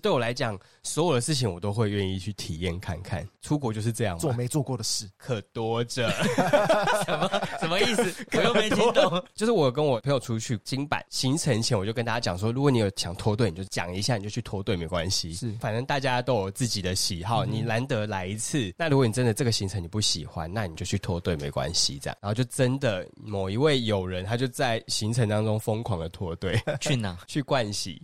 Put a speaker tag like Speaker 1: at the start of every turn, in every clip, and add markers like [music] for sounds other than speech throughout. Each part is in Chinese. Speaker 1: 对我来讲，所有的事情我都会愿意去体验看看。出国就是这样嘛，
Speaker 2: 做没做过的事，
Speaker 1: 可多着。 [laughs]
Speaker 3: 什么 [laughs] 什么意思？我又没听懂。
Speaker 1: 就是我跟我朋友出去金板行程前，我就跟大家讲说，如果你有想脱队，你就讲一下，你就去脱队没关系。
Speaker 2: 是
Speaker 1: 反正大家都有自己的喜
Speaker 3: 嗯
Speaker 1: 好，你难得来一次，那如果你真的这个行程你不喜欢，那你就去脱队没关系，这样。然后就真的某一位友人，他就在行程当中疯狂的脱队 [laughs]
Speaker 3: 去哪？
Speaker 1: 去盥洗，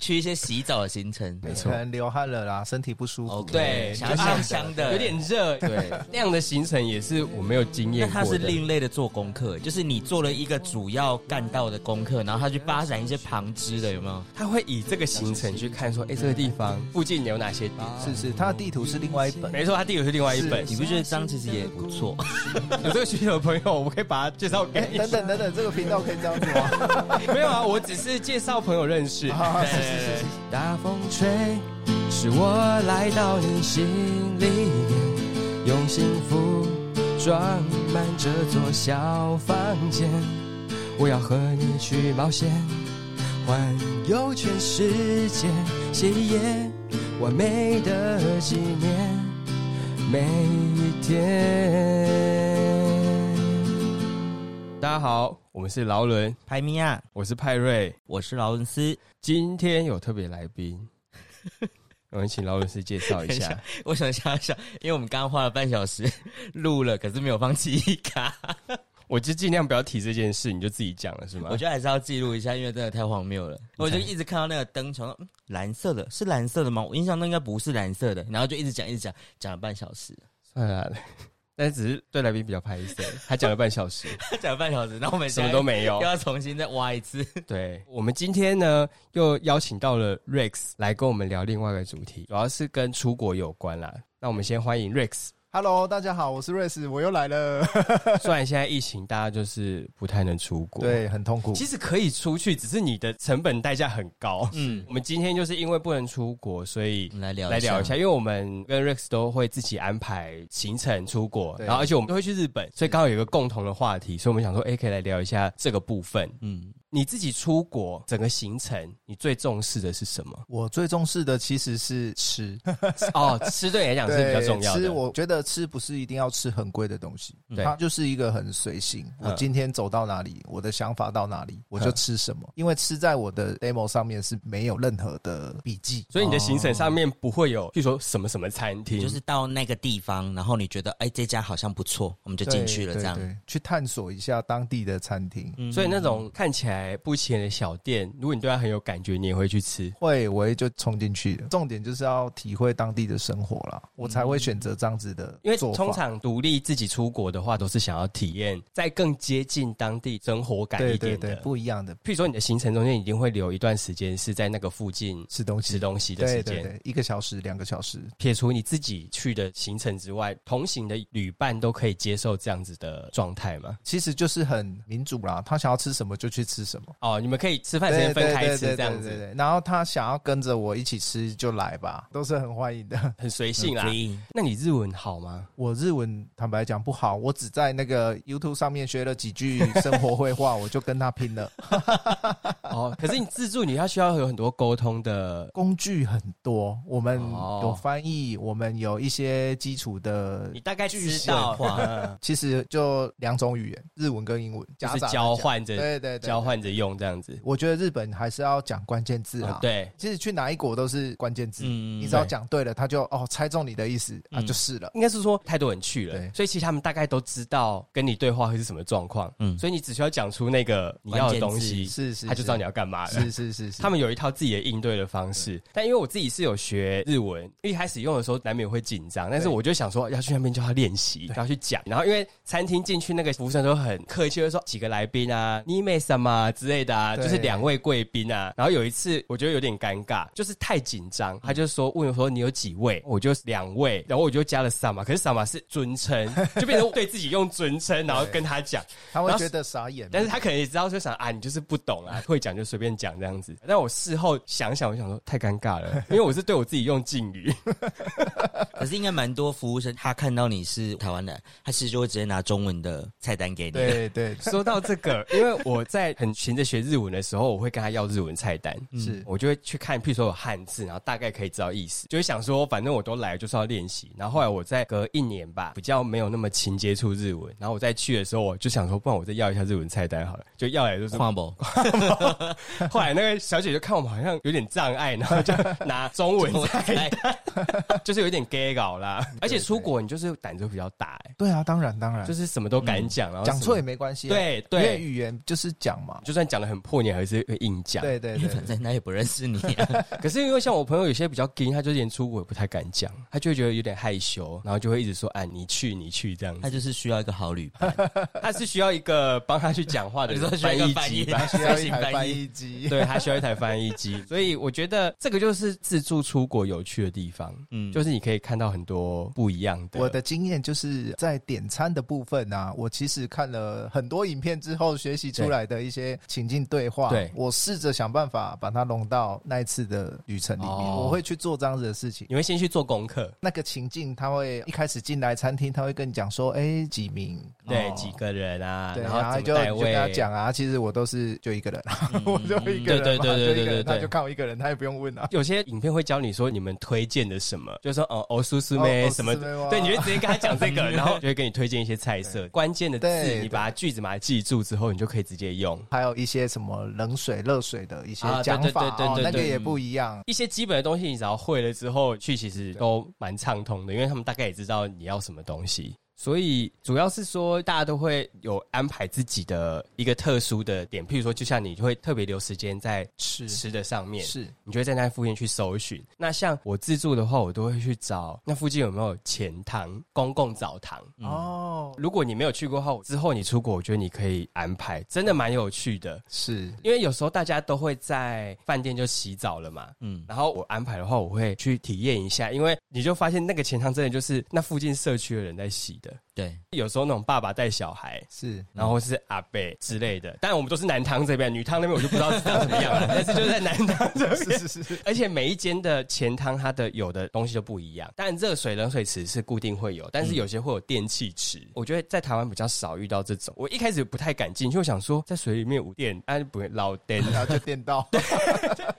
Speaker 3: 去一些洗澡的行程。
Speaker 1: 没
Speaker 2: 可能流汗了啦，身体不舒服。
Speaker 3: OK
Speaker 1: 对，
Speaker 3: 想要
Speaker 1: 就
Speaker 3: 香
Speaker 1: 是
Speaker 3: 香的，
Speaker 1: 有点热，
Speaker 3: [laughs] 对。
Speaker 1: 那样的行程也是我没有经
Speaker 3: 那
Speaker 1: 验过
Speaker 3: 他
Speaker 1: 的。
Speaker 3: 是另类的做功课，就是你做了一个主要干道的功课，然后他去发展一些旁支的，有没有？
Speaker 1: 他会以这个行程去看
Speaker 2: 嗯
Speaker 1: 说，哎、这个地方附近有哪些点？
Speaker 2: 是是，他的地图是另外一
Speaker 1: [laughs]
Speaker 2: 本。
Speaker 1: 没错，他地图是另外一本。
Speaker 3: 你不觉得这样其实也不错？
Speaker 1: 有这个需求的朋友，我可以把他介绍给
Speaker 2: 嗯哎，
Speaker 1: 你。
Speaker 2: 等等等等，这个频道可以这样子
Speaker 1: [laughs]
Speaker 2: 吗？
Speaker 1: 没有啊，我只是介绍朋友认识。
Speaker 2: 啊是是是是。
Speaker 1: 大风吹，使我来到你心里面，用幸福装满这座小房间。我要和你去冒险，环游全世界，写一页完美的纪念，每一天。大家好，我们是劳伦，
Speaker 3: [laughs] 排米亚，
Speaker 1: 我是派瑞。
Speaker 3: 我是劳伦斯。
Speaker 1: 今天有特别来宾，我们请劳伦斯介绍一
Speaker 3: 等一
Speaker 1: 下
Speaker 3: 下。 [laughs] 我想想想，因为我们刚刚花了半小时 [laughs] 录了，可是没有放记忆卡，
Speaker 1: 我就尽量不要提这件事，你就自己讲了是吗
Speaker 3: 我？觉得还是要记录一下，因为真的太荒谬了。我就一直看到那个灯，想说嗯蓝色的，是蓝色的吗？我印象中应该不是蓝色的，然后就一直讲一直讲，讲了半小时， [laughs]
Speaker 1: 算了啦，但是只是对来宾比较拍死，他讲了半小时，
Speaker 3: 讲了半小时，然后我们
Speaker 1: 什
Speaker 3: 现
Speaker 1: 么
Speaker 3: 在
Speaker 1: 都没有
Speaker 3: 又。要重新再挖一次。
Speaker 1: 对我们今天呢，又邀请到了 Rex 来跟我们聊另外一个主题，主要是跟出国有关啦。那我们先欢迎 Rex。
Speaker 2: Hello，大家好，我是瑞士，我又
Speaker 1: [laughs]
Speaker 2: 来了。
Speaker 1: 虽然现在疫情，大家就是不太能出国，，
Speaker 2: 对，很痛苦
Speaker 1: 其。实可以出去，只是你的成本代价很高。
Speaker 3: 嗯，
Speaker 1: 我们今天就是因为不能出国，所以
Speaker 3: 我们来聊
Speaker 1: 来聊一下，因为我们跟 Rex 都会自己安排行程出国，
Speaker 2: 对？
Speaker 1: 然后而且我们都会去日本，所以刚好有一个共同的话题，所以我们想说，哎、可以来聊一下这个部分。
Speaker 3: 嗯，
Speaker 1: 你自己出国整个行程，你最重视的是什么
Speaker 2: [laughs] 我最重视的其实是
Speaker 1: [laughs]
Speaker 2: 吃，
Speaker 1: 哦，吃对你来讲是比较重要
Speaker 2: 吃
Speaker 1: 的。
Speaker 2: 我觉得吃不是一定要吃很贵的东西，
Speaker 3: 嗯
Speaker 2: 它就是一个很随性。
Speaker 1: 嗯
Speaker 2: 我今天走到哪里，我的想法到哪里，我就吃什么。因为吃在我的 demo 上面是没有任何的笔记，哦
Speaker 1: 所以你的行程上面不会有，譬如说什么什么餐厅，
Speaker 3: 就是到那个地方，然后你觉得哎这家好像不错，我们就进去了，
Speaker 2: 对
Speaker 3: 这样。
Speaker 2: 对对去探索一下当地的餐厅。
Speaker 3: 嗯
Speaker 1: 所以那种看起来不起眼的小店，如果你对它很有感觉，你也会去吃。
Speaker 2: 会，我也就冲进去了。重点就是要体会当地的生活啦，我才会选择这样子的
Speaker 1: 嗯因为
Speaker 2: 做法。
Speaker 1: 通常独立自己出国的话，都是想要体验在更接近当地生活感
Speaker 2: 对
Speaker 1: 一
Speaker 2: 对
Speaker 1: 点的。
Speaker 2: 对不一样的
Speaker 1: 譬如说你的行程中间一定会留一段时间是在那个附近
Speaker 2: 吃东
Speaker 1: 吃
Speaker 2: 西，
Speaker 1: 东西的时
Speaker 2: 对
Speaker 1: 间。
Speaker 2: 对对，一个小时两个小时，
Speaker 1: 撇除你自己去的行程之外，同行的旅伴都可以接受这样子的状态吗？
Speaker 2: 其实就是很民主啦。他想要吃什么就去吃什么。
Speaker 1: 哦，你们可以吃饭时
Speaker 2: 对
Speaker 1: 间
Speaker 2: 对
Speaker 1: 分
Speaker 2: 对
Speaker 1: 开
Speaker 2: 对
Speaker 1: 吃，
Speaker 2: 对
Speaker 1: 这样
Speaker 2: 对
Speaker 1: 子
Speaker 2: 对然后他想要跟着我一起吃就来吧，都是很欢迎的。 [laughs]
Speaker 1: 很随性啦
Speaker 3: 所。以
Speaker 1: 那你日文好吗？
Speaker 2: 我日文坦白讲不好，我只在那个 YouTube 上面学了几句生活绘画，我就跟他拼了。
Speaker 1: 哦，可是你自助你要需要有很多沟通的，
Speaker 2: 工具很多，我们
Speaker 1: 哦
Speaker 2: 有翻译，我们有一些基础的
Speaker 1: 你大概知
Speaker 3: 对
Speaker 1: 道
Speaker 3: 话，
Speaker 2: [laughs] 其实就两种语言，日文跟英文，
Speaker 1: 就
Speaker 2: 夹
Speaker 1: 是
Speaker 2: 杂着
Speaker 1: 交
Speaker 2: 讲。
Speaker 1: 换
Speaker 2: 对
Speaker 1: 着
Speaker 2: 对对，对
Speaker 1: 交。换着用这样子。
Speaker 2: 我觉得日本还是要讲关键字啊
Speaker 1: 哦。，对，
Speaker 2: 其实去哪一国都是关键字，
Speaker 3: 嗯
Speaker 2: 你只要讲对了，他就哦猜中你的意思啊，
Speaker 3: 嗯
Speaker 2: 就是了。
Speaker 1: 应该是说太多人去了
Speaker 2: 对，
Speaker 1: 所以其实他们大概都知道跟你对话会是什么状况，
Speaker 3: 嗯
Speaker 1: 所以你只需要讲出那个你要的东西，
Speaker 2: 是是，
Speaker 1: 他就知道你
Speaker 2: 要。
Speaker 1: 要干嘛了。
Speaker 2: 是是是是，
Speaker 1: 嗯他们有一套自己的应对的方式，但因为我自己是有学日文，一开始用的时候难免会紧张，但是我就想说要去那边就要练习，要去讲。然后因为餐厅进去那个服务生都很客气，会说几个来宾啊、你妹什么之类的啊，
Speaker 2: 对
Speaker 1: 就是两位贵宾啊。然后有一次我觉得有点尴尬，就是太紧
Speaker 2: 嗯
Speaker 1: 张，他就说问我说你有几位，我就两位，然后我就加了什么，可是什么是尊
Speaker 2: [laughs]
Speaker 1: 称，就变成对自己用尊称，然后跟他讲。
Speaker 2: 他会
Speaker 1: 然后
Speaker 2: 觉得傻眼，
Speaker 1: 但是他可能也知道，就想啊，你就是不懂 [laughs] 啊，会讲就随便讲这样子。但我事后想想，我想说太尴尬了， [laughs] 因为我是对我自己用敬 [laughs] 语，
Speaker 3: 可是应该蛮多服务生，他看到你是台湾人，他其实就会直接拿中文的菜单给你。
Speaker 2: 对对，
Speaker 1: 说到这个，因为我在很前在学日文的时候，我会跟他要日文菜单，
Speaker 2: 是
Speaker 1: 我就会去看，譬如说有汉字，然后大概可以知道意思，就会想说，反正我都来了就是要练习。然后后来我在隔一年吧，比较没有那么勤接触日文，然后我再去的时候，我就想说，不然我再要一下日文菜单好了，就要来就是。
Speaker 3: 跨博
Speaker 1: [laughs] 后来那个小姐就看我们好像有点障碍，然后就拿中文菜 [laughs] 单，就是有点 gay 搞啦。而且出国你就是胆子会比较大、欸，
Speaker 2: 对啊，当然当然
Speaker 1: 就，是什么都敢嗯讲，然后
Speaker 2: 讲错也
Speaker 1: 没
Speaker 2: 没关系啊。
Speaker 1: 对
Speaker 2: 因为
Speaker 1: 对，
Speaker 2: 语言就是讲嘛。
Speaker 1: 就算讲的很破，你还是会硬讲。
Speaker 2: 对对
Speaker 3: [laughs] 因为
Speaker 2: 对
Speaker 1: [laughs]
Speaker 3: 反，正他也不认识你、
Speaker 2: [laughs]
Speaker 3: 啊，
Speaker 1: 可是因为像我朋友有些比较硬，他就连出国也不太敢讲，他就会觉得有点害羞，然后就会一直说：“哎，你去，你去。”这样
Speaker 3: 他
Speaker 1: 子，
Speaker 3: 就是需要一个好旅伴，
Speaker 1: [laughs] 他是需要一个帮他去讲话的
Speaker 3: 你说需要
Speaker 1: 翻
Speaker 3: 一个
Speaker 1: 译
Speaker 3: 翻
Speaker 1: 机
Speaker 3: 译
Speaker 1: 吧？
Speaker 2: 需要一台
Speaker 3: 翻译
Speaker 2: 翻译机。
Speaker 1: 对，他需要一台翻译机。 [laughs] 所以我觉得这个就是自助出国有趣的地方，
Speaker 3: [laughs] 嗯，
Speaker 1: 就是你可以看到很多不一样的。
Speaker 2: 我的经验就是在点餐的部分啊，我其实看了很多影片之后学习出来的一些情境对话，
Speaker 1: 对
Speaker 2: 我试着想办法把它融到那一次的旅程里面。
Speaker 1: 哦
Speaker 2: 我会去做这样子的事情。
Speaker 1: 你会先去做功课，
Speaker 2: 那个情境，他会一开始进来餐厅，他会跟你讲说：“哎、几名？
Speaker 1: 对
Speaker 2: 哦
Speaker 1: 几个人啊，
Speaker 2: 对，
Speaker 1: 然
Speaker 2: 然
Speaker 1: 后
Speaker 2: 后
Speaker 1: 怎
Speaker 2: 就
Speaker 1: 么带
Speaker 2: 你就
Speaker 1: 位嗯
Speaker 2: 跟他。讲啊，其实我都是就一个人，啊 [laughs] 我就一个人嘛，
Speaker 1: 对对对对
Speaker 2: 就一
Speaker 1: 对
Speaker 2: 个
Speaker 1: 对对
Speaker 2: 人，他就看我一个人，他也不用问啊。
Speaker 1: 有些影片会教你说你们推荐的什么，就说哦哦苏苏
Speaker 2: 哦
Speaker 1: 妹
Speaker 2: 哦
Speaker 1: 什么
Speaker 2: 苏妹哇
Speaker 1: 对，你就直接跟他讲这个，
Speaker 2: [laughs]
Speaker 1: 然后就会给你推荐一些菜色，关键的字
Speaker 2: 对
Speaker 1: 你把它句子把它记住之后，你就可以直接用。
Speaker 2: 还有一些什么冷水、热水的一些
Speaker 1: 啊对
Speaker 2: 讲法
Speaker 1: 对对
Speaker 2: 哦
Speaker 1: 对对，
Speaker 2: 那个
Speaker 1: 对
Speaker 2: 也不一样。
Speaker 1: 一些基本的东西，你只要会了之后去，其实都蛮畅通的，因为他们大概也知道你要什么东西。所以主要是说，大家都会有安排自己的一个特殊的点，譬如说，就像你会特别留时间在
Speaker 2: 是
Speaker 1: 吃的上面，
Speaker 2: 是，
Speaker 1: 你就会在那附近去搜寻。那像我自助的话，我都会去找那附近有没有钱塘、公共澡堂。
Speaker 3: 嗯
Speaker 2: 哦，
Speaker 1: 如果你没有去过的话，之后你出国，我觉得你可以安排，真的蛮有趣的。
Speaker 2: 是
Speaker 1: 因为有时候大家都会在饭店就洗澡了嘛，
Speaker 3: 嗯，
Speaker 1: 然后我安排的话，我会去体验一下，因为你就发现那个钱塘真的就是那附近社区的人在洗的。
Speaker 3: 对，
Speaker 1: 有时候那种爸爸带小孩，
Speaker 2: 是，
Speaker 1: 然后是阿伯之类的，当然我们都是南汤这边，女汤那边我就不知道是长什么样
Speaker 2: [laughs]
Speaker 1: 了，但是就在南汤这边。
Speaker 2: [laughs] 是是是，
Speaker 1: 而且每一间的钱汤，它的有的东西都不一样。当然，热水、冷水池是固定会有，
Speaker 2: 嗯
Speaker 1: 但是有些会有电器池。我觉得在台湾比较少遇到这种。我一开始不太敢进，因为我想说在水里面有电，啊，不会老电，
Speaker 2: 然后就
Speaker 1: [laughs]
Speaker 2: 电到，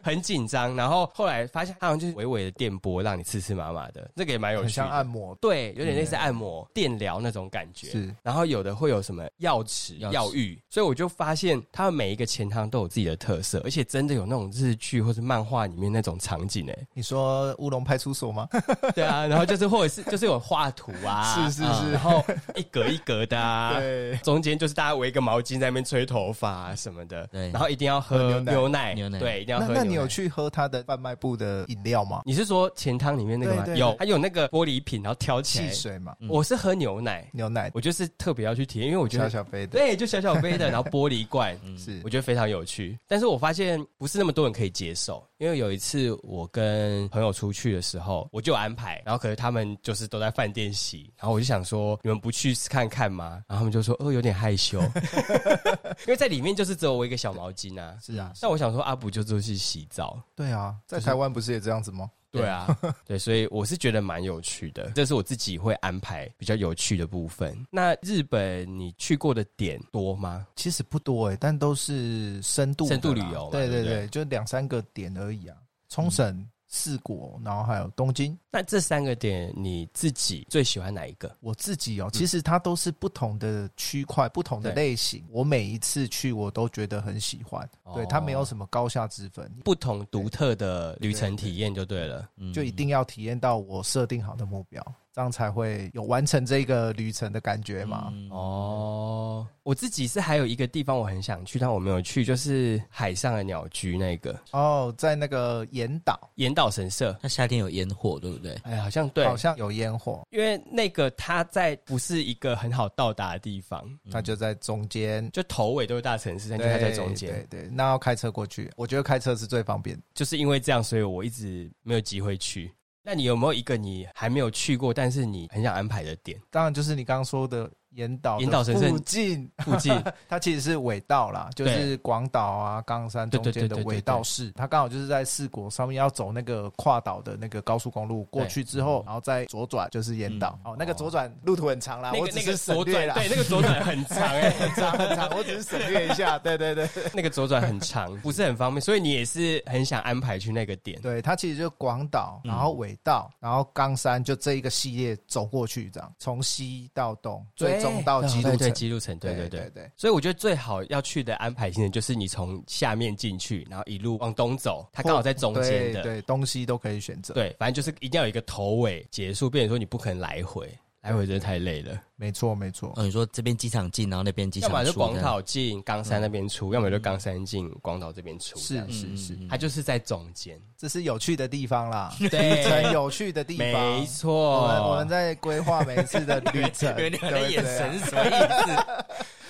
Speaker 1: 很紧张。然后后来发现它好像就是微微的电波，让你刺刺麻麻的，这个也蛮有
Speaker 2: 很
Speaker 1: 趣
Speaker 2: 像按
Speaker 1: 的。
Speaker 2: 摩，
Speaker 1: 对，有点类似按摩、电疗那种感觉。
Speaker 2: 是
Speaker 1: 然后有的会有什么药池、
Speaker 3: 药池
Speaker 1: 药浴，所以我就发现它们每一个钱汤都有自己的特色，而且真的有那种日剧或是漫画里面那种场景
Speaker 2: [laughs]
Speaker 1: 哎、
Speaker 2: 你说乌龙派出所吗？
Speaker 1: 对啊，然后就是或者是就是有画图啊，
Speaker 2: 是 [laughs] 是
Speaker 1: 嗯
Speaker 2: 是
Speaker 1: 然后一格一格的啊。
Speaker 2: [laughs] 对，
Speaker 1: 中间就是大家围一个毛巾在那边吹头发、啊、什么的，
Speaker 3: 对
Speaker 1: 然后一定要喝
Speaker 2: 喝牛奶
Speaker 1: 牛奶，
Speaker 3: 牛奶
Speaker 1: 对，一定要
Speaker 2: 那
Speaker 1: 喝
Speaker 2: 那
Speaker 1: 牛
Speaker 2: 你
Speaker 1: 奶
Speaker 2: 有去喝他的贩卖部的饮料吗？
Speaker 1: 你是说钱汤里面那个吗？
Speaker 2: 对对对
Speaker 1: 有，它有那个玻璃瓶，然后挑起
Speaker 2: 汽
Speaker 1: 来。
Speaker 2: 水嘛，
Speaker 1: 我是喝牛奶，
Speaker 2: 牛奶，
Speaker 1: 嗯我就是特别要去体验，因为我觉
Speaker 2: 小嗯
Speaker 1: 得
Speaker 2: 小杯的，
Speaker 1: 对，就小小杯的，然后玻璃罐，
Speaker 3: 嗯
Speaker 2: 是
Speaker 1: 我觉得非常有趣。但是我发现不是那么多人可以接受，因为有一次我跟朋友出去的时候，我就有安排，然后可是他们就是都在饭店洗，然后我就想说你们不去看看吗？然后他们就说哦有点害
Speaker 2: [laughs]
Speaker 1: 羞，因为在里面就是只有我一个小毛巾啊。
Speaker 2: 是啊，
Speaker 1: 那我想说阿布就就去洗澡，
Speaker 2: 对啊，在
Speaker 1: 就是
Speaker 2: 台湾不是也这样子吗？
Speaker 1: 对啊， [laughs] 对，所以我是觉得蛮有趣的，这是我自己会安排比较有趣的部分。那日本你去过的点多吗？
Speaker 2: 其实不多哎、但都是深度的
Speaker 1: 深
Speaker 2: 啦
Speaker 1: 度旅游嘛
Speaker 2: 对
Speaker 1: 对不对嗯
Speaker 2: 对，就两三个点而已啊。冲绳、四国，然后还有东京。
Speaker 1: 那这三个点你自己最喜欢哪一个？
Speaker 2: 我自己哦，其实它都是不同的区块、不同的
Speaker 1: 嗯对
Speaker 2: 类型。我每一次去，我都觉得很喜欢。
Speaker 1: 哦
Speaker 3: 哦
Speaker 2: 对，它没有什么高下之分，
Speaker 1: 不同独特的旅程体验就对了。
Speaker 3: 嗯
Speaker 2: 就一定要体验到我设定好的目标，这样才会有完成这个旅程的感觉嘛。
Speaker 3: 嗯
Speaker 1: 哦，我自己是还有一个地方我很想去，但我没有去，就是海上的鸟居那个
Speaker 2: 哦，在那个岩岛，
Speaker 1: 岩岛神社。
Speaker 3: 他夏天有烟火，对不对？
Speaker 1: 哎，好像对，
Speaker 2: 好像有烟火，
Speaker 1: 因为那个它在不是一个很好到达的地方，
Speaker 3: 嗯
Speaker 2: 它就在中间。
Speaker 1: 就头尾都是大城市，但就嗯它在中间。
Speaker 2: 对对，那要开车过去，我觉得开车是最方便的。
Speaker 1: 就是因为这样，所以我一直没有机会去。那你有没有一个你还没有去过，但是你很想安排的点？
Speaker 2: 当然，就是你刚刚说的岩岛
Speaker 1: 岩岛神社
Speaker 2: 附近，
Speaker 1: 附
Speaker 2: [laughs]
Speaker 1: 近
Speaker 2: 它其实是尾道啦，就
Speaker 1: 对
Speaker 2: 是广岛啊、冈山中
Speaker 1: 对对
Speaker 2: 间
Speaker 1: 对
Speaker 2: 的
Speaker 1: 对对
Speaker 2: 尾道市，它刚好就是在四国上面要走那个跨岛的那个高速公路过去之
Speaker 1: 嗯
Speaker 2: 后，然后再左转就是岩岛。
Speaker 3: 嗯
Speaker 2: 哦，那个左转路途很长啦，
Speaker 1: 那
Speaker 2: 我
Speaker 1: 个
Speaker 2: 只
Speaker 1: 那个
Speaker 2: 是省
Speaker 1: 左
Speaker 2: 略
Speaker 1: 转，
Speaker 2: 啦，
Speaker 1: 对，那个左转很长哎、
Speaker 2: [laughs] 很长很长，我只是省略一下。对对对，
Speaker 1: [laughs] 那个左转很长，不是很方便，所以你也是很想安排去那个点。
Speaker 2: 对，它其实就广岛，然后尾道，
Speaker 1: 嗯
Speaker 2: 然后冈山，就这一个系列走过去，这样从西到东，最终到基
Speaker 1: 对
Speaker 2: 督
Speaker 1: 对
Speaker 2: 城。
Speaker 1: 基路城，对对
Speaker 2: 对
Speaker 1: 对。
Speaker 2: 对，
Speaker 1: 所以我觉得最好要去的安排行程就是你从下面进去，然后一路往东走，它刚好在中间
Speaker 2: 对
Speaker 1: 的，
Speaker 2: 对，东西都可以选择。
Speaker 1: 对，反正就是一定要有一个头尾结束，变成说你不可能来回，来回真的太累了。
Speaker 2: 没错没
Speaker 1: 嗯
Speaker 2: 错。
Speaker 3: 哦，你说这边机场进，然后那边机
Speaker 1: 要
Speaker 3: 场
Speaker 1: 么就
Speaker 3: 出，
Speaker 1: 广
Speaker 3: 这样
Speaker 1: 岛进冈山那边出，要么就冈山进广岛这边出，这
Speaker 2: 嗯是嗯
Speaker 3: 嗯
Speaker 1: 样
Speaker 2: 是是，
Speaker 1: 它就是在中
Speaker 2: [laughs]
Speaker 1: 间。
Speaker 2: 这是有趣的地
Speaker 1: [laughs]
Speaker 2: 方啦，
Speaker 1: 对
Speaker 2: 旅程有趣的地方。
Speaker 1: 哎没错，
Speaker 2: 我们我们在规划每一次的旅
Speaker 1: [laughs]
Speaker 2: 程，
Speaker 3: 有 [laughs]
Speaker 2: 对
Speaker 3: 点
Speaker 2: 不
Speaker 3: 那
Speaker 2: 对
Speaker 3: 眼
Speaker 2: 啊？
Speaker 3: 神是什么 [laughs] 意思？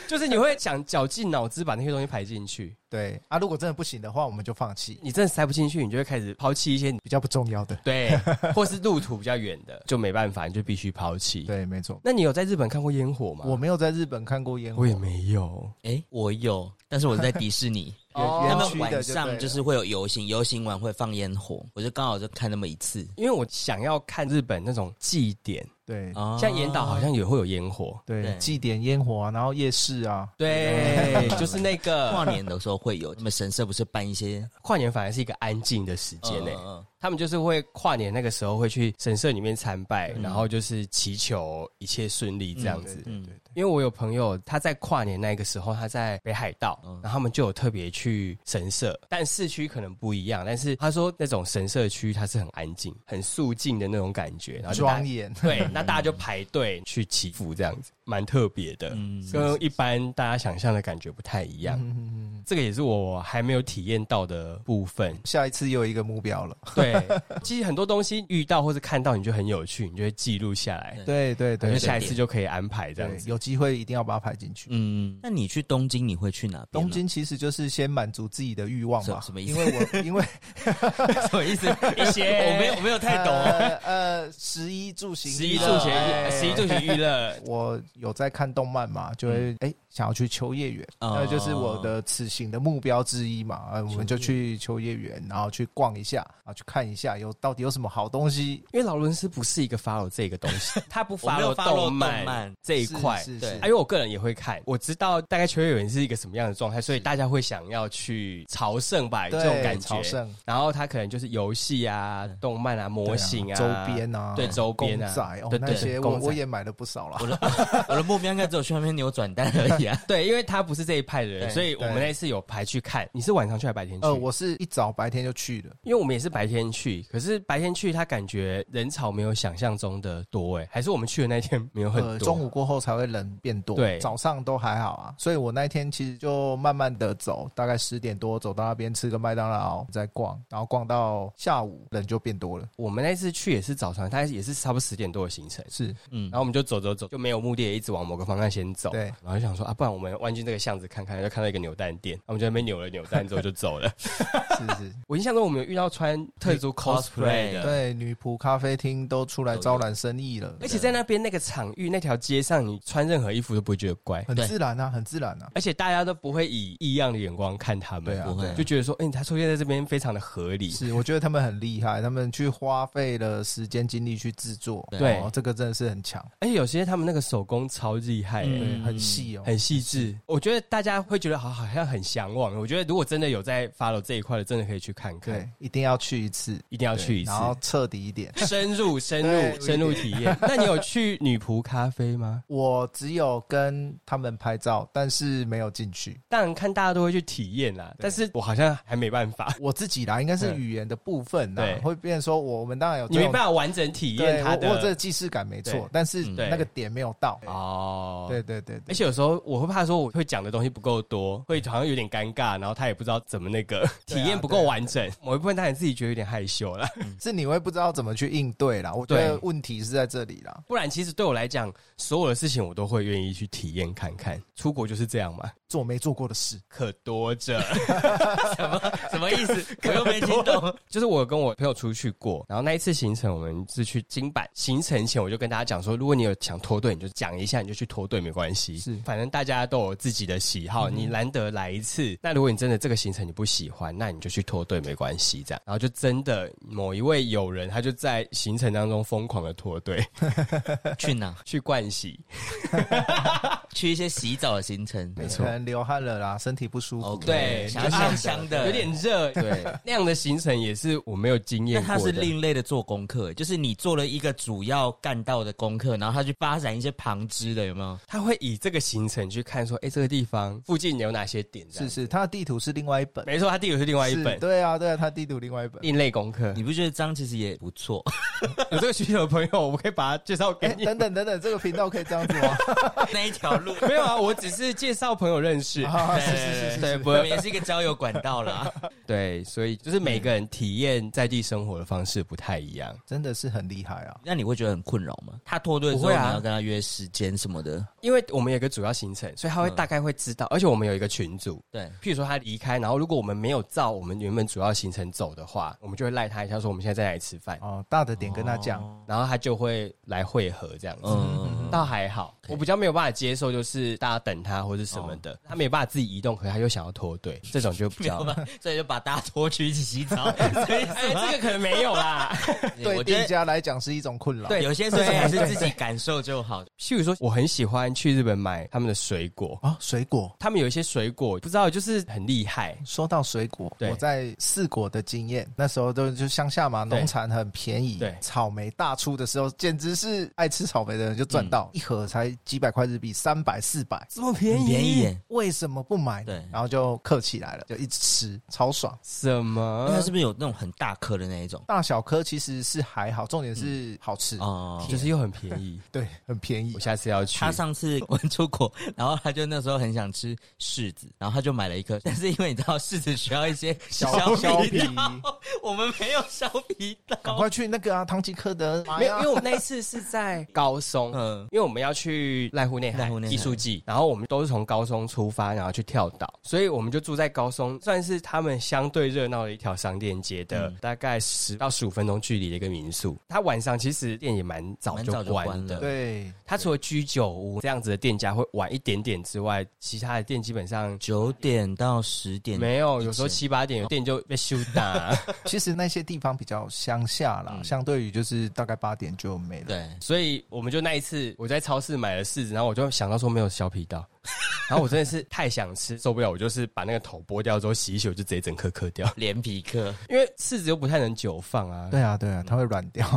Speaker 1: 就是你会想绞尽脑汁把那些东西排进去，
Speaker 2: 对啊，如果真的不行的话，我们就放弃，
Speaker 1: 你真的塞不进去，你就会开始抛弃一些
Speaker 2: 比较不重要的。
Speaker 1: 对，或是路途比较远的，就没办法，你就必须抛弃。
Speaker 2: 对，没错。
Speaker 1: 那你有在日本看过烟火吗？
Speaker 2: 我没有在日本看过烟火
Speaker 1: 我，也没有。
Speaker 3: 哎，我有，但是我在迪士尼，
Speaker 1: 哦
Speaker 3: 他
Speaker 2: 园园
Speaker 3: 们
Speaker 2: 区的
Speaker 3: 晚
Speaker 2: 对了
Speaker 3: 上就是会有游行，游行完会放烟火，我就刚好就看那么一次。
Speaker 1: 因为我想要看日本那种祭典，
Speaker 2: 对
Speaker 3: 啊
Speaker 1: 像岩岛好像也会有烟火，
Speaker 2: 对
Speaker 3: 对
Speaker 2: 祭典烟火啊，然后夜市啊， [laughs]
Speaker 1: 对，就是那
Speaker 3: 跨
Speaker 1: 个
Speaker 3: 年的时候会有，那么神社不是办一些
Speaker 1: 跨年，反而是一个安静的时间
Speaker 3: 嗯
Speaker 1: 呢、
Speaker 3: 嗯嗯
Speaker 1: 他们就是会跨年那个时候会去神社里面参拜，
Speaker 3: 嗯
Speaker 1: 然后就是祈求一切顺利这样子。
Speaker 2: 对
Speaker 3: 嗯
Speaker 2: 对对
Speaker 1: 因为我有朋友，他在跨年那个时候，他在北海道，
Speaker 3: 嗯
Speaker 1: 然后他们就有特别去神社，但市区可能不一样。但是他说那种神社区，它是很安静、很肃静的那种感觉，然后
Speaker 2: 对，
Speaker 1: 就大
Speaker 2: 庄严。
Speaker 1: 对，那大家就排队去祈福，这样子蛮特别的，
Speaker 3: 嗯
Speaker 1: 跟一般大家想象的感觉不太一样。
Speaker 2: 嗯嗯嗯。
Speaker 1: 这个也是我还没有体验到的部分
Speaker 2: [laughs] 下一次又有一个目标了。
Speaker 1: [laughs] 对，其实很多东西遇到或是看到，你就很有趣，你就会记录下来，
Speaker 2: 对对
Speaker 1: 可能
Speaker 2: 对，
Speaker 1: 下一次就可以安排这样
Speaker 2: 对，
Speaker 1: 子。
Speaker 2: 有机会一定要把它排进去。
Speaker 3: 嗯，那你去东京你会去哪边啊？
Speaker 2: 东京其实就是先满足自己的欲望嘛
Speaker 3: 什，什么意
Speaker 2: 因
Speaker 3: 思？
Speaker 2: 为我因为
Speaker 3: 什么意思？一
Speaker 1: [laughs]
Speaker 3: 些我没有我没有太懂哦。
Speaker 2: 呃呃，十一住行，
Speaker 1: 十一住行
Speaker 2: 哎，
Speaker 1: 娱，十一住行娱乐
Speaker 2: 我有在看动漫
Speaker 1: 嗯
Speaker 2: 嘛，就会哎、想要去秋叶原，
Speaker 3: 哦
Speaker 2: 那就是我的此行的目标之一嘛。呃，我们就去秋叶原，然后去逛一下，啊，去看一下有到底有什么好东西。
Speaker 1: 因为劳伦斯不是一个 follow 这个东西， [laughs] 他不
Speaker 3: 我没
Speaker 1: follow
Speaker 3: 有 follow 动
Speaker 1: 漫
Speaker 3: 漫
Speaker 1: 这一块。
Speaker 2: 是是
Speaker 3: 对
Speaker 2: 是
Speaker 1: 啊因为我个人也会看，我知道大概秋叶原是一个什么样的状态，所以大家会想要去朝圣吧，这
Speaker 2: 对
Speaker 1: 种感
Speaker 2: 朝
Speaker 1: 觉。
Speaker 2: 圣
Speaker 1: 然后它可能就是游戏啊、动漫啊、模型
Speaker 2: 对啊周边啊，
Speaker 1: 对周边
Speaker 2: 公
Speaker 1: 啊
Speaker 2: 仔哦，
Speaker 1: 对对
Speaker 2: 那
Speaker 1: 对
Speaker 2: 些我
Speaker 1: 公仔
Speaker 2: 我也买了不少啦。
Speaker 3: 我的 [laughs] 我的目标应该只有去那边扭转蛋而 [laughs] 已啊。
Speaker 1: [laughs] 对，因为他不是这一派的人，
Speaker 3: 对
Speaker 1: 所以我们
Speaker 2: 对
Speaker 1: 那次有排去看。你是晚上去还是白天去？
Speaker 2: 呃，我是一早白天就去了，
Speaker 1: 因为我们也是白天去，可是白天去他感觉人潮没有想象中的多哎，还是我们去的那天没有很多。
Speaker 2: 呃，中午过后才会人变多，
Speaker 1: 对
Speaker 2: 早上都还好啊。所以我那一天其实就慢慢的走，大概十点多走到那边吃个麦当劳，再逛，然后逛到下午人就变多了，
Speaker 1: 我们那次去也是早上，大概也是差不多十点多的行程。
Speaker 2: 是
Speaker 3: 嗯
Speaker 1: 然后我们就走走走，就没有目的地，一直往某个方向先走。
Speaker 2: 对
Speaker 1: 然后就想说啊，不然我们弯进这个巷子看看，就看到一个扭蛋店，然后我们就在那边扭了扭蛋之后就走了。 [laughs]
Speaker 2: 是是，
Speaker 1: 我印象中我们有遇到穿特殊 cosplay 的，
Speaker 2: 对，女仆咖啡厅都出来招揽生意了，
Speaker 1: 而且在那边那个场域那条街上，你穿任何衣服都不会觉得怪，
Speaker 2: 很
Speaker 3: 对
Speaker 2: 自然啊，很自然啊，
Speaker 1: 而且大家都不会以异样的眼光看他们，
Speaker 2: 对啊
Speaker 3: 不会
Speaker 1: 就觉得说，哎、他出现在这边非常的合理。
Speaker 2: 是，我觉得他们很厉害，他们去花费了时间精力去制作，
Speaker 1: 对
Speaker 2: 哦，这个真的是很强，
Speaker 1: 而哎且有些他们那个手工超厉害、
Speaker 3: 嗯
Speaker 1: 哎
Speaker 2: 对，很细哦，
Speaker 1: 很细致。我觉得大家会觉得好，好像很向往。我觉得如果真的有在 follow 这一块的，真的可以去看看
Speaker 2: 对，，一定要去一次，
Speaker 1: 一定要去一次
Speaker 2: 然，后彻底一点。
Speaker 1: [laughs] 深入、深
Speaker 2: 对
Speaker 1: 入、深入体
Speaker 2: [laughs]
Speaker 1: 验。那你有去女仆咖啡吗？
Speaker 2: 我只有跟他们拍照，但是没有进去。
Speaker 1: 当然，看大家都会去体验啦，但是我好像还没办法，
Speaker 2: 我自己啦，应该是
Speaker 1: 嗯
Speaker 2: 语言的部分啦
Speaker 1: 对，
Speaker 2: 会变成说我哦我们当然有
Speaker 1: 你
Speaker 2: 这
Speaker 1: 没
Speaker 2: 种
Speaker 1: 办法完整体验
Speaker 2: 对，我
Speaker 1: 它
Speaker 2: 我有这
Speaker 1: 的
Speaker 2: 个既视感没
Speaker 1: 对
Speaker 2: 错，但是
Speaker 3: 嗯
Speaker 1: 对
Speaker 2: 那个点没有到。
Speaker 1: 哦。
Speaker 2: 对对对对
Speaker 1: 而且有时候我我会怕说我会讲的东西不够多，会好像有点尴尬，然后他也不知道怎么那个
Speaker 2: [laughs] 对
Speaker 1: 体
Speaker 2: 啊
Speaker 1: 验不够完整。某一部分当然自己觉得有点害羞
Speaker 2: [laughs]
Speaker 1: 了，
Speaker 2: 是你会不知道怎么去应对啦。我觉
Speaker 1: 对
Speaker 2: 得问题是在这里啦。
Speaker 1: 不然其实对我来讲，所有的事情我都会愿意去体验看看。出国就是这样嘛，
Speaker 2: 做没做过的事，
Speaker 1: 可多
Speaker 2: [laughs]
Speaker 1: 着。
Speaker 3: 什么什么意思？我又没听懂。
Speaker 1: 就是我有跟我朋友出去过，然后那一次行程我们是去金板。行程前我就跟大家讲说，如果你有想脱队，你就讲一下，你就去脱队没关系。
Speaker 2: 是
Speaker 1: 反正大家都有自己的喜
Speaker 3: 嗯
Speaker 1: 好，你难得来一次，那如果你真的这个行程你不喜欢，那你就去脱队没关系。这样，然后就真的某一位友人，他就在行程当中疯狂的脱队 [laughs]
Speaker 3: 去哪？
Speaker 1: 去盥洗，
Speaker 3: 去一些洗澡的行程。
Speaker 1: 没错哦
Speaker 2: 可能流汗了啦，身体不舒服。
Speaker 3: OK
Speaker 1: 对
Speaker 3: 想要
Speaker 1: 就
Speaker 3: 香
Speaker 1: 是
Speaker 3: 香的，
Speaker 1: 有点热，
Speaker 3: 对。
Speaker 1: 那样的行程也是我没有经
Speaker 3: 那
Speaker 1: 验过
Speaker 3: 他
Speaker 1: 的。
Speaker 3: 是另类的做功课，就是你做了一个主要干道的功课，然后他去发展一些旁支的，有没有？
Speaker 1: 他会以这个行程去看说，哎、这个地方附近有哪些点？这
Speaker 2: 是
Speaker 1: 样
Speaker 2: 是，他的地图是另外一本，
Speaker 1: 没错，他地图是另外一
Speaker 2: 是
Speaker 1: 本
Speaker 2: 对啊，对啊，他地图另外
Speaker 1: [laughs]
Speaker 2: 一本。
Speaker 1: 另类功课。
Speaker 3: 你不觉得这样其实也不错？
Speaker 1: 有这个需求的朋友，我可以把它介绍给
Speaker 2: 哎， [laughs]
Speaker 1: 你。
Speaker 2: 等等等等，这个频道可以这样子
Speaker 1: [laughs]
Speaker 2: 吗？
Speaker 3: [laughs] 那一条 [laughs] 路，
Speaker 1: 没有啊，我只是介绍朋友认识。
Speaker 2: 啊
Speaker 3: 对
Speaker 2: 是是是是
Speaker 1: 对，不
Speaker 3: 我们也是一个交友管道啦。
Speaker 1: 对，所以就是每个人体验在地生活的方式不太一样。
Speaker 2: 真的是很厉害啊！
Speaker 3: [laughs] 那你会觉得很困扰吗？他脱队之
Speaker 1: 不
Speaker 3: 后，
Speaker 1: 会
Speaker 3: 你
Speaker 1: 啊
Speaker 3: 要跟他约时间什么的，
Speaker 1: 因为我们有一个主要行程，所以他会大概会知
Speaker 2: 嗯
Speaker 1: 道，而且我们有一个群组。
Speaker 3: 对，
Speaker 1: 譬如说他离开，然后如果我们没有照我们原本主要行程走的话，我们就会赖他一下，说我们现在在哪里吃饭，
Speaker 2: 哦，大的点跟他讲，
Speaker 1: 然后他就会来汇合这样子。
Speaker 3: [laughs] 嗯，
Speaker 1: 倒还好，
Speaker 3: OK
Speaker 1: 我比较没有办法接受，就是大家等他或是什么的，他没有办法自己移动，可是他又想要脱队，这种就比
Speaker 3: 没
Speaker 1: 较
Speaker 3: 有。吧？所以就把大家拖去一起洗澡。 [laughs] 所
Speaker 1: [laughs]
Speaker 3: 以
Speaker 1: 哎，这个可能没有啦。
Speaker 2: 对
Speaker 3: 我觉
Speaker 2: 店
Speaker 3: 得。
Speaker 2: 家来讲是一种困扰。
Speaker 3: 对，有些事情还是自己感受就好。嗯
Speaker 1: 譬如说，我很喜欢去日本买他们的水果，
Speaker 2: 啊，水果。
Speaker 1: 他们有一些水果不知道就是很厉害，
Speaker 2: 说到水果，
Speaker 1: 对
Speaker 2: 我在四果的经验，那时候都就乡下嘛，
Speaker 1: 对
Speaker 2: 农产很便宜，
Speaker 1: 对
Speaker 2: 草莓大出的时候，简直是爱吃草莓的人就赚到，一盒才几百块日币，三百四百，
Speaker 1: 这么
Speaker 3: 很便宜耶，
Speaker 2: 为什么不买？
Speaker 3: 对
Speaker 2: 然后就客起来了，就一直吃，超爽。
Speaker 1: 什
Speaker 3: 那它
Speaker 1: 么
Speaker 3: 是？不是有那种很大颗的那一种？
Speaker 2: 大小颗其实是还好，重点是好吃，
Speaker 3: 哦，
Speaker 1: 就是又很便宜，
Speaker 2: 对，很便宜
Speaker 1: 我。下次要去
Speaker 3: 他。上 [laughs] 次我们出国，然后他就那时候很想吃柿子，然后他就买了一颗，但是因为你知道柿子需要一些
Speaker 2: 削
Speaker 3: 皮
Speaker 2: 皮
Speaker 3: 刀，我们没有削皮 [laughs]
Speaker 2: 赶
Speaker 3: 刀。
Speaker 2: 快去那个啊，唐吉诃德，
Speaker 1: 没有，因为我们那一次是在高松，
Speaker 3: 嗯，
Speaker 1: 因为我们要去濑户内海
Speaker 3: 濑户内海
Speaker 1: 艺术季，然后我们都是从高松出发，然后去跳岛，所以我们就住在高松，算是他们相对热闹的一条商店街的、
Speaker 3: 嗯
Speaker 1: 大概十到十五分钟距离的一个民宿。它晚上其实店也蛮早
Speaker 3: 蛮
Speaker 1: 就
Speaker 3: 早就
Speaker 1: 关
Speaker 3: 关
Speaker 1: 的，
Speaker 3: 了
Speaker 2: 对，
Speaker 1: 它除了居酒屋这样子的店家会晚一点点之外，其他的店基本上。
Speaker 3: 九点到十点
Speaker 1: 没有，有时候
Speaker 3: 以前
Speaker 1: 七八点有店就被休打，
Speaker 2: 其实那些地方比较乡下啦，
Speaker 3: 嗯
Speaker 2: 相对于就是大概八点就没了。
Speaker 3: 对，
Speaker 1: 所以我们就那一次我在超市买了柿子，然后我就想到说没有削皮刀， [laughs] 然后我真的是太想吃，受不了，我就是把那个头剥掉之后洗一洗，我就直接整颗颗掉，
Speaker 3: 连皮课
Speaker 1: 因为柿子又不太能久放啊。
Speaker 2: 对啊，对啊，它会软掉。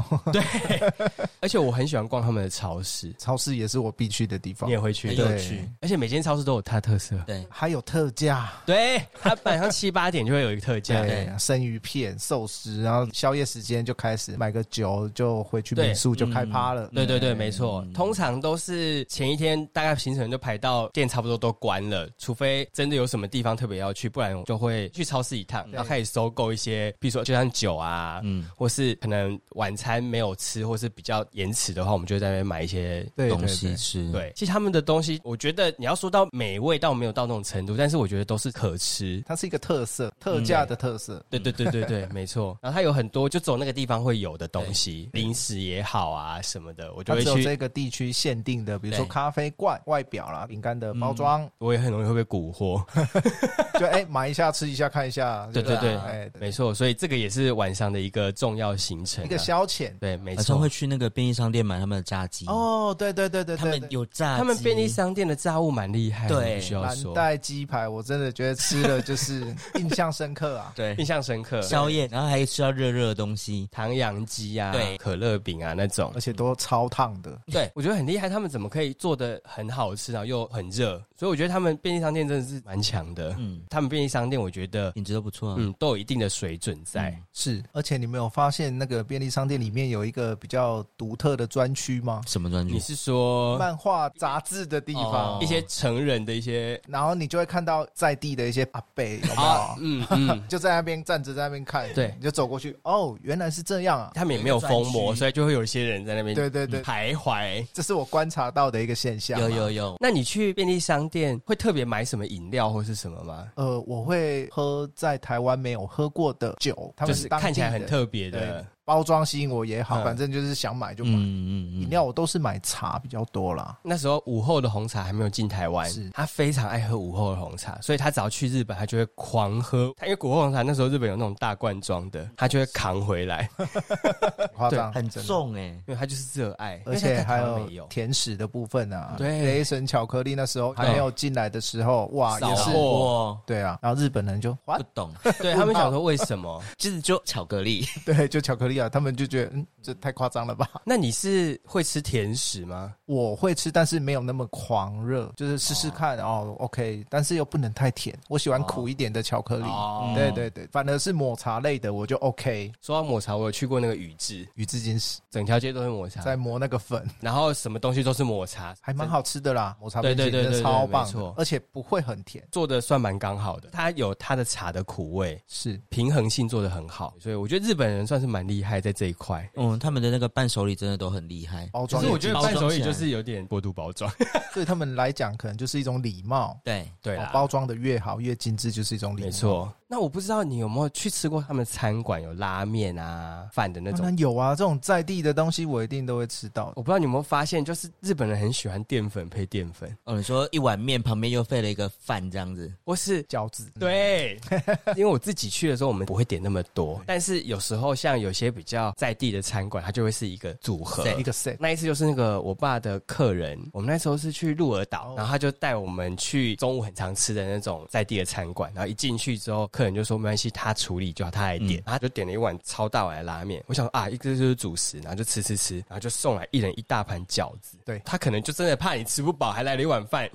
Speaker 2: [laughs]
Speaker 1: 而且我很喜欢逛他们的超市，
Speaker 2: 超市也是我必去的地方
Speaker 1: 你也，会去
Speaker 3: 很
Speaker 1: 对
Speaker 3: 有
Speaker 1: 不对，
Speaker 3: 趣。
Speaker 1: 而且每间超市都有它的特色。
Speaker 3: 对，
Speaker 2: 还有特价，
Speaker 1: 对，它晚上七八点就会有一个特价。
Speaker 2: 对，生鱼片、寿司，然后宵夜时间就开始买个酒，就回去
Speaker 1: 对嗯
Speaker 2: 民宿就开趴了。
Speaker 1: 对对对，没错。通常都是前一天大概行程就排到店差不多都关了，除非真的有什么地方特别要去，不然我就会去超市一
Speaker 2: 嗯
Speaker 1: 趟，然后开始收购一些，比如说就像酒啊，
Speaker 3: 嗯，
Speaker 1: 或是可能晚餐没有吃，或是比较延迟的话，我们就在那边买一些。
Speaker 2: 对对
Speaker 3: 东西
Speaker 2: 对，
Speaker 3: 吃，
Speaker 1: 对，其实他们的东西，我觉得你要说到美味，倒没有到那种程度，但是我觉得都是可吃。
Speaker 2: 它是一个特色，特价的特色。
Speaker 1: 嗯对对对对
Speaker 2: 嗯
Speaker 1: 对，没错。然后它有很多就走那个地方会有的东西，零食也好啊什么的，我就
Speaker 2: 它
Speaker 1: 会
Speaker 2: 只有
Speaker 1: 去
Speaker 2: 这个地区限定的，比如说
Speaker 3: 对
Speaker 2: 咖啡罐外表啦、饼干的包装，
Speaker 1: 我也很容易会被蛊惑。
Speaker 2: [laughs] 就哎买一下吃一下看一下，
Speaker 1: 嗯对对
Speaker 2: 就
Speaker 1: 对
Speaker 2: 是哎对
Speaker 1: 没错，所以这个也是晚上的一个重要行程、啊
Speaker 2: 一个消遣。
Speaker 1: 对，没
Speaker 3: 晚上
Speaker 1: 错
Speaker 3: 会。去那个便利商店买他们的炸鸡，
Speaker 2: 哦，对对对对
Speaker 3: 他
Speaker 2: 对对。
Speaker 3: 们有炸鸡，
Speaker 1: 他们便利商店的炸物蛮厉害的，
Speaker 3: 对
Speaker 1: 不需要
Speaker 2: 蓝
Speaker 1: 说，
Speaker 2: 带鸡排，我真的觉得吃了就是
Speaker 1: [laughs]
Speaker 2: 印象深刻啊！
Speaker 3: 对
Speaker 1: 印象深刻。
Speaker 3: 宵夜，然后还吃到热热的东西，
Speaker 1: 唐扬鸡啊，
Speaker 3: 对
Speaker 1: 可乐饼啊那种
Speaker 2: 而，且都超烫的，
Speaker 1: 对我觉得很厉害。他们怎么可以做的很好吃，然后又很热？所以我觉得他们便利商店真的是蛮强的。
Speaker 3: 嗯，
Speaker 1: 他们便利商店，我觉得
Speaker 3: 品质都不错、啊。
Speaker 1: 嗯都有一定的水准在。
Speaker 3: 嗯
Speaker 2: 是，而且你们有发现那个便利商店里面有一个比较独特的专区吗？
Speaker 3: 什么专
Speaker 1: 你
Speaker 3: 辑？
Speaker 1: 是说
Speaker 2: 漫画杂志的地方，
Speaker 3: 哦
Speaker 1: 一些成人的一些
Speaker 2: 然后你就会看到在地的一些阿贝，有没有
Speaker 1: 啊，嗯嗯，
Speaker 2: 就在那边站着，在那边看，
Speaker 1: 对
Speaker 2: 你就走过去，哦，原来是这样啊！
Speaker 1: 他们也
Speaker 2: [laughs]
Speaker 1: 没有封
Speaker 3: 有一个专
Speaker 1: 膜，
Speaker 3: 区
Speaker 1: 所以就会有一些人在那边
Speaker 2: 对对对
Speaker 1: 徘徊。
Speaker 2: 这是我观察到的一个现象。啊
Speaker 3: 有，有有，
Speaker 1: 那你去便利商店会特别买什么饮料或是什么吗？
Speaker 2: 呃，我会喝在台湾没有喝过的酒，他
Speaker 1: 就
Speaker 2: 们
Speaker 1: 是
Speaker 2: 当地
Speaker 1: 看起来
Speaker 2: 的
Speaker 1: 很特别
Speaker 2: 对
Speaker 1: 的，，
Speaker 2: 包装吸引我也好，
Speaker 1: 嗯
Speaker 2: 反正就是想买就买。
Speaker 3: 嗯嗯嗯，
Speaker 2: 饮料我都是买茶比较多啦。
Speaker 1: 那时候午后的红茶还没有进台湾
Speaker 2: 是，
Speaker 1: 他非常爱喝午后的红茶，所以他只要去日本，他就会狂喝。他因为午后红茶那时候日本有那种大罐装的，他就会扛回来，
Speaker 2: 夸张，
Speaker 3: 很
Speaker 2: 真的，
Speaker 3: 重哎，
Speaker 1: [laughs] 因为他就是热爱，
Speaker 2: 而且还
Speaker 1: 因为他在台湾
Speaker 2: 有
Speaker 1: 没有
Speaker 2: 甜食的部分啊。
Speaker 1: 对哎
Speaker 2: 雷神巧克力那时候还没有进来的时候，哇，也是
Speaker 1: 扫货
Speaker 3: 我
Speaker 2: 对啊。然后日本
Speaker 1: [laughs]
Speaker 2: 人就哇
Speaker 3: 不，懂，
Speaker 1: 对他们想说为什 [laughs] 么？
Speaker 3: 就是就巧克力，
Speaker 2: 对，就巧克力啊，他们就觉得嗯，这太夸张了吧。 [laughs]
Speaker 1: 那你是会吃甜食吗？
Speaker 2: 我会吃，但是没有那么狂热，就是试试看哦 OK，但是又不能太甜，我喜欢苦一点的巧克力。
Speaker 1: 哦
Speaker 2: 对对对，反而是抹茶类的我就 OK。
Speaker 1: 说到抹茶，我有去过那个宇治，
Speaker 2: 宇治金是
Speaker 1: 整条街都是抹茶，
Speaker 2: 在磨那个粉，
Speaker 1: 然后什么东西都是抹茶，
Speaker 2: 还蛮好吃的啦，抹茶
Speaker 1: 对
Speaker 2: 冰淇
Speaker 1: 对
Speaker 2: 淋
Speaker 1: 对
Speaker 2: 真的
Speaker 1: 对对
Speaker 2: 超
Speaker 1: 没
Speaker 2: 棒的
Speaker 1: 错，
Speaker 2: 而且不会很甜。
Speaker 1: 做的算蛮刚好的，它有它的茶的苦味，
Speaker 2: 是
Speaker 1: 平衡性做的很好，所以我觉得日本人算是蛮厉害在这一块。
Speaker 3: 嗯，他们的那个伴手礼真的都很厉害，
Speaker 2: 包
Speaker 1: 可
Speaker 2: 装
Speaker 1: 是
Speaker 2: 也
Speaker 1: 我
Speaker 2: 不一
Speaker 1: 觉
Speaker 2: 样，
Speaker 1: 得
Speaker 3: 包
Speaker 1: 伴手
Speaker 3: 装起
Speaker 1: 礼
Speaker 3: 来
Speaker 1: 就是有点过度包装，
Speaker 2: 对他们来讲可能就是一种礼貌。
Speaker 3: 对，
Speaker 1: [laughs] 对
Speaker 2: 哦
Speaker 1: 啦，
Speaker 2: 包装的越好越精致，就是一种礼貌。
Speaker 1: 没错。那我不知道你有没有去吃过他们餐馆有拉面啊饭的那
Speaker 3: 哦
Speaker 2: 当
Speaker 1: 种。
Speaker 2: 然有啊，这种在地的东西我一定都会吃到的。
Speaker 1: 我不知道你有没有发现，就是日本人很喜欢淀粉配淀粉，
Speaker 3: 哦，你说一碗面旁边又配了一个饭这样子，
Speaker 1: 或是
Speaker 2: 饺子，
Speaker 1: 嗯 [laughs] 对，因为我自己去的时候，我们不会点那么多，但是有时候像有些比较在地的餐馆，它就会是一个组合。
Speaker 2: 一个 set
Speaker 1: 那一次就是那个我爸的客人，我们那时候是去鹿儿岛
Speaker 2: 哦，
Speaker 1: 然后他就带我们去中午很常吃的那种在地的餐馆，然后一进去之后，客人就说没关系，他处理就好，他来点，
Speaker 3: 嗯
Speaker 1: 然后他就点了一碗超大碗的拉面，我想啊，一个就是主食，然后就吃吃吃，然后就送来一人一大盘饺子，
Speaker 2: 对
Speaker 1: 他可能就真的怕你吃不饱，还来了一碗饭，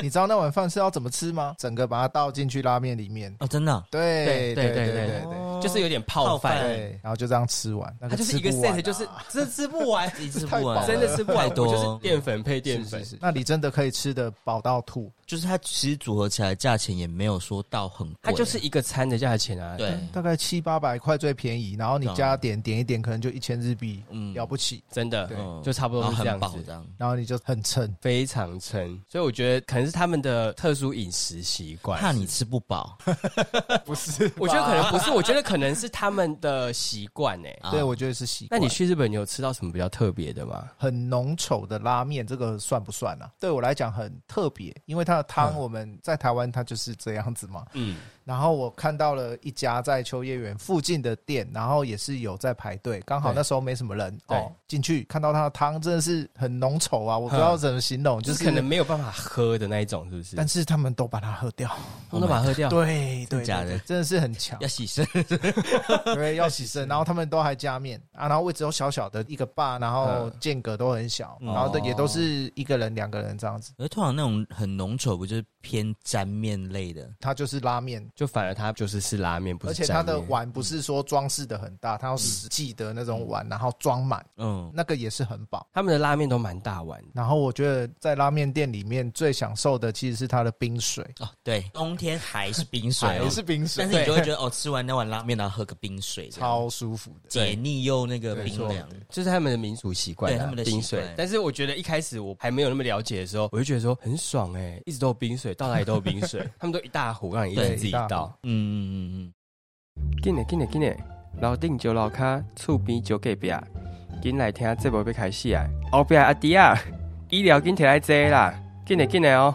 Speaker 2: 你知道那碗饭是要怎么吃吗？整个把它倒进去拉面里面。
Speaker 3: 哦，真的哦，
Speaker 2: 对
Speaker 1: 对对
Speaker 2: 对对
Speaker 1: 对
Speaker 2: 对对
Speaker 3: 哦
Speaker 1: 就是有点
Speaker 3: 泡
Speaker 1: 泡
Speaker 3: 饭
Speaker 1: 饭。
Speaker 2: 对，然后就这样吃完，那
Speaker 1: 它就是一个
Speaker 2: 吃不完
Speaker 1: set，
Speaker 2: 啊
Speaker 1: 就是真的吃不完，
Speaker 3: [laughs] 一直
Speaker 2: 太
Speaker 3: 不
Speaker 2: 饱了
Speaker 3: 完，
Speaker 1: 真的吃不完，
Speaker 3: 太多
Speaker 1: 我就是淀粉配淀粉
Speaker 2: 是。是是那你真的可以吃的饱到吐。
Speaker 3: 就是它其实组合起来价钱也没有说到很贵，啊
Speaker 1: 它就是一个餐的价钱啊，
Speaker 3: 对，
Speaker 2: 大概七八百块最便宜，然后你
Speaker 3: 懂
Speaker 2: 加点点一点，可能就一千日币，
Speaker 3: 嗯
Speaker 2: 了不起。
Speaker 1: 真的哦
Speaker 2: 对
Speaker 3: 嗯
Speaker 1: 就差不多
Speaker 3: 然
Speaker 1: 是
Speaker 3: 后
Speaker 1: 这样
Speaker 3: 很饱
Speaker 1: 子
Speaker 3: 这，样。
Speaker 2: 然后你就很撑。
Speaker 1: 非常撑。所以我觉得可能是他们的特殊饮食习惯。
Speaker 3: 怕你吃不饱，
Speaker 2: 不是，
Speaker 1: 我觉得可能不是，我觉得可能是他们的习惯哎。
Speaker 3: 啊
Speaker 2: 对我觉得是习
Speaker 1: 那
Speaker 2: 惯。
Speaker 1: 你去日本，你有吃到什么比较特别的吗？
Speaker 2: 很浓稠的拉面，这个算不算啊？对我来讲很特别，因为它的汤我们在台湾它就是这样子嘛。
Speaker 1: 嗯，
Speaker 2: 然后我看到了一家在秋叶原附近的店，然后也是有在排队，刚好
Speaker 1: 对
Speaker 2: 那时候没什么人
Speaker 1: 对
Speaker 2: 哦，进去看到它的汤真的是很浓稠啊，我不知道怎么形容，
Speaker 1: 就
Speaker 2: 就是
Speaker 1: 是可能，没有办法喝的那一种，是不是？
Speaker 2: 但是他们都把它喝掉，
Speaker 1: 我都把它喝掉。
Speaker 2: 对对，对
Speaker 3: 假的
Speaker 2: 对真的是很强
Speaker 3: 要，
Speaker 1: [laughs]
Speaker 3: 洗身，
Speaker 2: 对，
Speaker 1: 哎
Speaker 2: 要洗身，然后他们都还加面啊，然后位置都小小的一个坝，然后
Speaker 1: 嗯哦
Speaker 2: 间隔都很小，
Speaker 3: 嗯
Speaker 2: 然后都也都是一个人两个人这样子，
Speaker 3: 而通常那种很浓稠，不就是偏沾面类的？
Speaker 2: 它就是拉面。
Speaker 1: 就反而它就是是拉面，不
Speaker 2: 而
Speaker 1: 是
Speaker 2: 且
Speaker 1: 沾
Speaker 2: 它
Speaker 1: 面。嗯
Speaker 2: 的碗不是说装饰的很大，它要实际的那种碗，然后装满，
Speaker 3: 嗯，
Speaker 2: 那个也是很饱。
Speaker 1: 他们的拉面都蛮大碗的。
Speaker 2: 然后我觉得在拉面店里面最享受的其实是它的冰水，
Speaker 3: 哦，对，冬天还是冰
Speaker 1: [laughs]
Speaker 3: 水、哦
Speaker 2: 还，是冰水
Speaker 3: 但，是你就会觉得哦，吃完那碗拉面，然后喝个冰水这样，
Speaker 2: 超舒服的。
Speaker 3: 解腻又那个
Speaker 2: 对
Speaker 3: 冰凉。
Speaker 1: 就是他们的民俗习惯啊、
Speaker 3: 对他们的习惯
Speaker 1: 冰水。但是我觉得一开始我还没有那么了解的时候，我就觉得说很爽哎、一直都有冰水，到哪里都有冰
Speaker 3: [laughs]
Speaker 1: 水，他们都一大壶让你一直
Speaker 3: 对
Speaker 1: 自己
Speaker 2: 一大
Speaker 1: 倒。
Speaker 2: 壶
Speaker 3: 嗯嗯嗯
Speaker 1: 紧嘞紧嘞紧嘞，楼顶就楼卡，厝边就隔壁，紧来听节目要开始啊！后壁阿弟啊，医疗紧摕来坐啦，紧嘞紧嘞哦。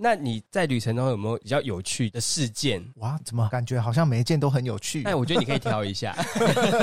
Speaker 1: 那你在旅程中有没有比较有趣的事 [laughs] 件？
Speaker 2: 哇，怎么感觉好像每一件都很有
Speaker 1: 哎
Speaker 2: 趣？
Speaker 1: [laughs] 但我觉得你可以挑一下，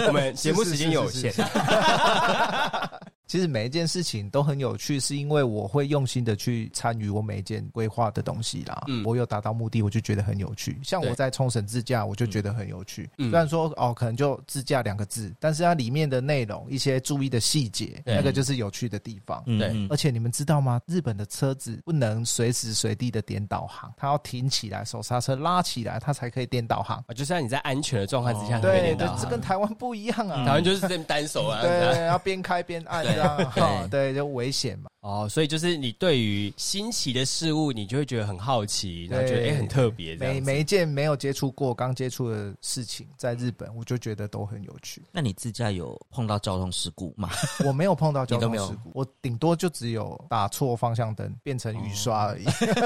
Speaker 1: 我们节目时间有限啊
Speaker 2: 是。是是是是 [laughs] 其实每一件事情都很有趣，是因为我会用心的去参与我每一件规划的东西啦。
Speaker 1: 嗯
Speaker 2: 我有达到目的，我就觉得很有趣。像
Speaker 1: 对
Speaker 2: 我在冲绳自驾，我就觉得很有趣。
Speaker 1: 嗯
Speaker 2: 虽然说哦，可能就自驾两个字，但是它里面的内容、一些注意的细节，
Speaker 1: 对
Speaker 2: 那个就是有趣的地方。
Speaker 3: 嗯
Speaker 1: 对
Speaker 3: 嗯
Speaker 2: 而且你们知道吗？日本的车子不能随时随地的点导航，它要停起来，手刹车拉起来，它才可以点导航。
Speaker 1: 啊，就是让你在安全的状况之下
Speaker 3: 哦
Speaker 1: 才可以
Speaker 2: 对，
Speaker 1: 练
Speaker 2: 这
Speaker 1: 到啊。
Speaker 2: 这跟台湾不一样啊。
Speaker 1: 嗯台湾就是这么单手啊。这样
Speaker 2: 对，要边开边按这样，哈对，就危险嘛。
Speaker 1: 哦，所以就是你对于新奇的事物，你就会觉得很好奇，然后觉得哎、
Speaker 2: 对
Speaker 1: 诶很特别这
Speaker 2: 每
Speaker 1: 样子。
Speaker 2: 每一件没有接触过、刚接触的事情，在日本我就觉得都很有
Speaker 1: [laughs]
Speaker 2: 趣。
Speaker 3: 那你自驾有碰到交通事故吗？
Speaker 2: 我没有碰到交
Speaker 3: 你都
Speaker 2: 通
Speaker 3: 没有
Speaker 2: 事故，我顶多就只有打错方向灯变成雨刷
Speaker 1: 哦
Speaker 2: 而已。
Speaker 3: 应该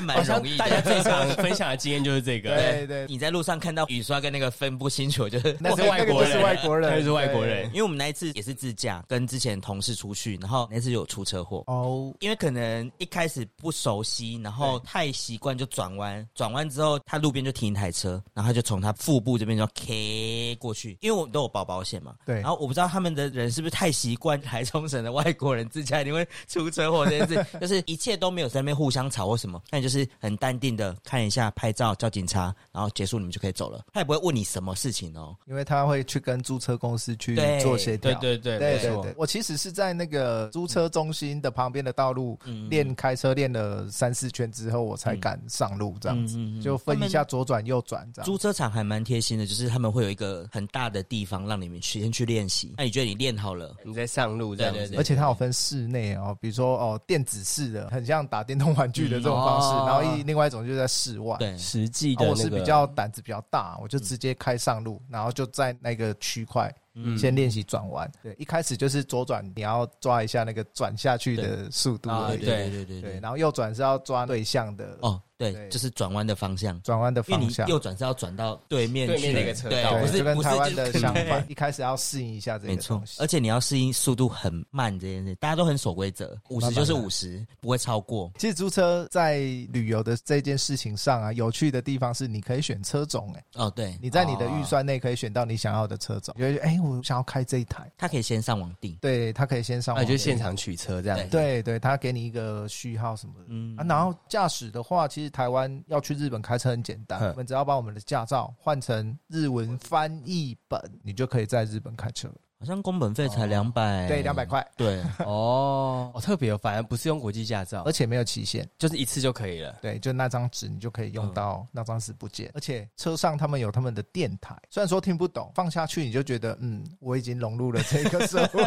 Speaker 1: 好
Speaker 3: 蛮
Speaker 1: 像
Speaker 3: 容易
Speaker 1: 大家
Speaker 3: 的。
Speaker 1: 最常分享的经验就是这个。
Speaker 2: [laughs] 对对，
Speaker 1: [laughs]
Speaker 3: 你在路上看到雨刷跟那个分不清楚，就是 [laughs]
Speaker 2: 那是
Speaker 1: 我是外
Speaker 2: 那个
Speaker 1: 国
Speaker 2: 就
Speaker 1: 人
Speaker 2: 是外国人，
Speaker 1: 那就是外国人
Speaker 2: 对。
Speaker 3: 因为我们那一次也是自驾，跟之前同事出去，然后那次有出车祸。
Speaker 2: 哦，
Speaker 3: 因为可能一开始不熟悉，然后太习惯就转弯，转弯之后他路边就停一台车，然后他就从他腹部这边就 K 过去，因为我们都有保保险嘛。
Speaker 2: 对
Speaker 3: 然后我不知道他们的人是不是太习惯台中省的外国人自驾一定会出车祸这件事，就是一切都没有在那边互相吵或什么，那你就是很淡定的看一下拍照叫警察，然后结束你们就可以走了，他也不会问你什么事情哦。
Speaker 2: 因为他会去跟租车公司去
Speaker 3: 对
Speaker 2: 做协调
Speaker 1: 对。对对，
Speaker 2: 对
Speaker 1: 没
Speaker 2: 对
Speaker 1: 错
Speaker 2: 对，我其实是在那个租车中心的旁边的道路
Speaker 3: 嗯
Speaker 2: 练开车，练了三四圈之后，我才敢上路这样子，
Speaker 3: 嗯嗯嗯
Speaker 2: 就分一下左转右转这样。
Speaker 3: 租车场还蛮贴心的，就是他们会有一个很大的地方让你们去先去练习。那你觉得你练好了？
Speaker 1: 你在上路这样
Speaker 3: 对
Speaker 1: 子
Speaker 3: 对，
Speaker 2: 而且它有分室内哦，比如说哦电子式的，很像打电动玩具的这种方式，
Speaker 1: 嗯哦
Speaker 2: 然后一另外一种就是在室外。
Speaker 3: 对，
Speaker 1: 实际
Speaker 2: 啊
Speaker 1: 的、那
Speaker 2: 我
Speaker 1: 个
Speaker 2: 是比较胆子比较大，我就直接开上
Speaker 3: 嗯
Speaker 2: 路，然后就在那个区块
Speaker 1: 嗯
Speaker 2: 先练习转弯。对，一开始就是左转，你要抓一下那个转下去的速度
Speaker 1: 啊
Speaker 2: 而
Speaker 3: 对
Speaker 2: 已。
Speaker 3: 对对对
Speaker 2: 对，
Speaker 3: 对。
Speaker 2: 然后右转是要抓对向的
Speaker 3: 哦，对，
Speaker 2: 对
Speaker 3: 就是转弯的方向，
Speaker 2: 转弯的
Speaker 3: 因为
Speaker 2: 方
Speaker 3: 你
Speaker 2: 向，
Speaker 3: 右转是要转到对面
Speaker 1: 对
Speaker 3: 去，
Speaker 1: 面那个车道
Speaker 3: 哎对，不
Speaker 2: 对，
Speaker 3: 是
Speaker 2: 就跟
Speaker 3: 不是
Speaker 2: 台湾
Speaker 3: 就
Speaker 2: 的
Speaker 3: 是
Speaker 2: 相反
Speaker 3: 对，
Speaker 2: 一开始要适应一下这
Speaker 3: 没
Speaker 2: 个
Speaker 3: 错
Speaker 2: 东，西
Speaker 3: 而。且你要适应速度很慢这件事，大家都很守规则，五十就是五十，不会超过。
Speaker 2: 其实租车在旅游的这件事情上啊，有趣的地方是你可以选车种、哎，
Speaker 3: 哦，对，
Speaker 2: 你在你的预算内可以选到你想要的车
Speaker 3: 哦
Speaker 2: 种，你就会觉得哎、我想要开这一台，
Speaker 3: 他可以先上网订，
Speaker 2: 对他可以先上
Speaker 1: 那
Speaker 2: 网，
Speaker 1: 你就现，场取车这样子。
Speaker 2: 对对，他给你一个序号什么的。
Speaker 3: 嗯
Speaker 2: 啊，然后驾驶的话，其实台湾要去日本开车很简单
Speaker 1: 嗯，
Speaker 2: 我们只要把我们的驾照换成日文翻译本，你就可以在日本开车了。
Speaker 3: 好像工本费才两百，
Speaker 2: 哦对，两百，块，
Speaker 3: 对，
Speaker 1: 哦，哦，特别有，反而不是用国际驾照
Speaker 2: 而，且没有期限。
Speaker 1: 就是一次就可以了。
Speaker 2: 对，就那张纸，你就可以
Speaker 1: 嗯
Speaker 2: 用到那张纸不见，而且车上他们有他们的电台，虽然说听不懂，放下去你就觉得，嗯，我已经融入了这个社
Speaker 1: [laughs]
Speaker 2: 会。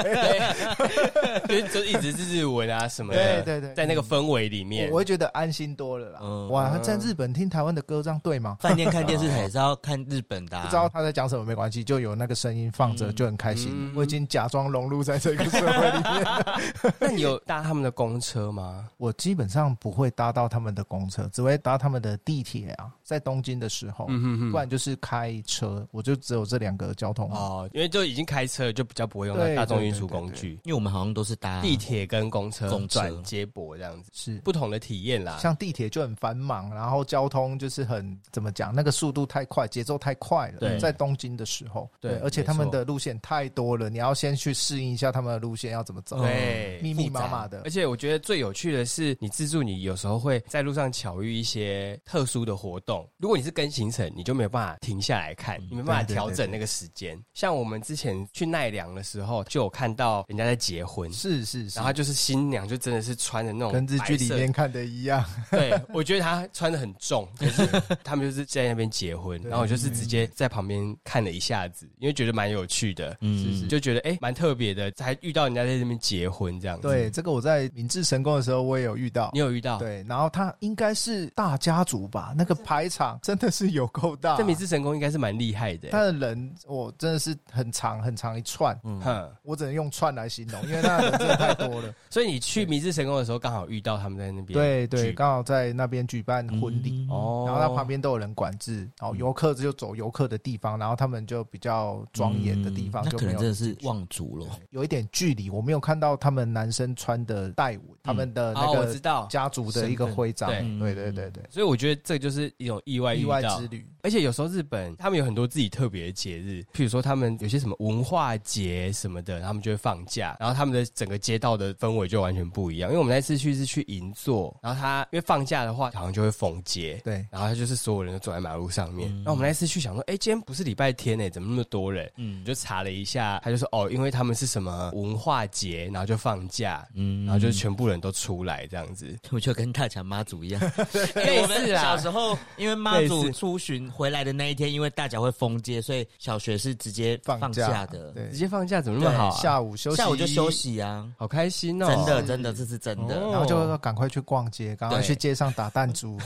Speaker 1: 就是 [laughs] 就一直是日文啊什么的，
Speaker 2: 对对对，
Speaker 1: 在那个氛围里面
Speaker 2: 我我，会觉得安心多了啦。
Speaker 3: 嗯
Speaker 2: 哇，在日本听台湾的歌，这样对吗？
Speaker 3: 饭店看电视台也是要看日本的啊，
Speaker 2: [laughs] 不知道他在讲什么没关系，就有那个声音放着就很开心。
Speaker 1: 嗯
Speaker 2: 我已经假装融入在这个社会里面， [laughs]
Speaker 1: 那你有搭他们的公车吗？
Speaker 2: 我基本上不会搭到他们的公车，只会搭他们的地铁啊。在东京的时候，
Speaker 1: 嗯
Speaker 2: 不然就是开车，我就只有这两个交通。
Speaker 1: 哦，因为就已经开车了，就比较不会用到
Speaker 2: 对
Speaker 1: 大众运输工具，
Speaker 3: 因为我们好像都是搭
Speaker 1: 地铁跟公车
Speaker 3: 公车
Speaker 1: 转接驳这样子，
Speaker 2: 是
Speaker 1: 不同的体验啦。
Speaker 2: 像地铁就很繁忙，然后交通就是很怎么讲，那个速度太快，节奏太快了。
Speaker 1: 对
Speaker 2: 在东京的时候，
Speaker 1: 对
Speaker 2: 而且
Speaker 1: 没
Speaker 2: 他们
Speaker 1: 错
Speaker 2: 的路线太多了，你要先去适应一下他们的路线要怎么走，
Speaker 1: 对，
Speaker 2: 密密麻麻的
Speaker 1: 嗯而。且我觉得最有趣的是，你自助你有时候会在路上巧遇一些特殊的活动。如果你是跟行程，你就没有办法停下来看，你没办法
Speaker 2: 嗯对对
Speaker 1: 调整
Speaker 2: 对
Speaker 1: 那个时间。像我们之前去奈良的时候，就有看到人家在结婚。
Speaker 2: 是是是
Speaker 1: 然，后就是新娘就真的是穿的那种
Speaker 2: 跟日剧里
Speaker 1: 白色
Speaker 2: 面看的一样，
Speaker 1: 对，我觉得他穿的很重，可是 [laughs] 他们就是在那边结婚，
Speaker 2: 对嗯
Speaker 1: 然后我就是直接在旁边看了一下子，因为觉得蛮有趣的，
Speaker 3: 嗯
Speaker 1: 就觉得哎蛮、特别的，还遇到人家在那边结婚这样子。
Speaker 2: 对，这个我在明治神宫的时候我也有遇到
Speaker 1: 嗯你。有遇到？，
Speaker 2: 对，然后他应该是大家族吧，那个排场真的是有够大。
Speaker 1: 这明治神宫应该是蛮厉害的、
Speaker 2: 他的欸人，我真的是很长很长一串，
Speaker 1: 嗯哼，
Speaker 2: 我只能用串来形容，因为那人真的太多了。
Speaker 1: 所以你去明治神宫的时候，刚好遇到他们在那边。
Speaker 2: 对
Speaker 1: 举
Speaker 2: 对，刚好在那边举办
Speaker 3: 嗯
Speaker 2: 婚礼，
Speaker 1: 哦，
Speaker 2: 然后它旁边都有人
Speaker 3: 哦
Speaker 2: 管制，然后游客就走游客的地方，然后他们就比庄严的地方
Speaker 3: 嗯那
Speaker 2: 就
Speaker 3: 可
Speaker 2: 没
Speaker 3: 能
Speaker 2: 有
Speaker 3: 真的是望族了。
Speaker 2: 有一点距离，我没有看到他们男生穿的带纹，
Speaker 3: 嗯
Speaker 2: 他们的那
Speaker 1: 哦，我知
Speaker 2: 个
Speaker 1: 道。
Speaker 2: 家族的一个徽章
Speaker 1: 身
Speaker 3: 份，
Speaker 2: 对
Speaker 3: 对嗯
Speaker 2: 对对对，
Speaker 1: 所以我觉得这就是一种意外
Speaker 2: 意
Speaker 1: 遇
Speaker 2: 外
Speaker 1: 到
Speaker 2: 之旅，
Speaker 1: 而且有时候日本他们有很多自己特别的节日，譬如说他们有些什么文化节什么的，他们就会放假，然后他们的整个街道的氛围就完全不一样。因为我们那次去是去银座，然后他因为放假的话，好像就会封街。
Speaker 2: 对，
Speaker 1: 然后他就是所有人都走在马路上面。
Speaker 3: 嗯
Speaker 1: 那、我们那次去想说，哎，今天不是礼拜天欸呢，怎么那么多人？
Speaker 3: 嗯
Speaker 1: 我就查了一下，他就说哦，因为他们是什么文化节，然后就放假，
Speaker 3: 嗯
Speaker 1: 然后就全部人都出来这样子。
Speaker 3: 我就跟大甲妈祖一样，因为
Speaker 1: 类
Speaker 3: 我们
Speaker 1: 似啊
Speaker 3: 小时候，因为妈
Speaker 1: 类
Speaker 3: 祖
Speaker 1: 似
Speaker 3: 出巡回来的那一天，因为大甲会封街，所以小学是直接
Speaker 2: 放
Speaker 3: 假
Speaker 2: 假
Speaker 3: 的，
Speaker 2: 对
Speaker 1: 直，接哎放假怎么那么好、啊？
Speaker 2: 下午休息，
Speaker 3: 下午就休，息啊，
Speaker 1: 好开心哦！
Speaker 3: 真的真的这是真的，
Speaker 1: 哦
Speaker 2: 然后就说赶快去逛街，赶快
Speaker 3: 对
Speaker 2: 去街上打弹珠，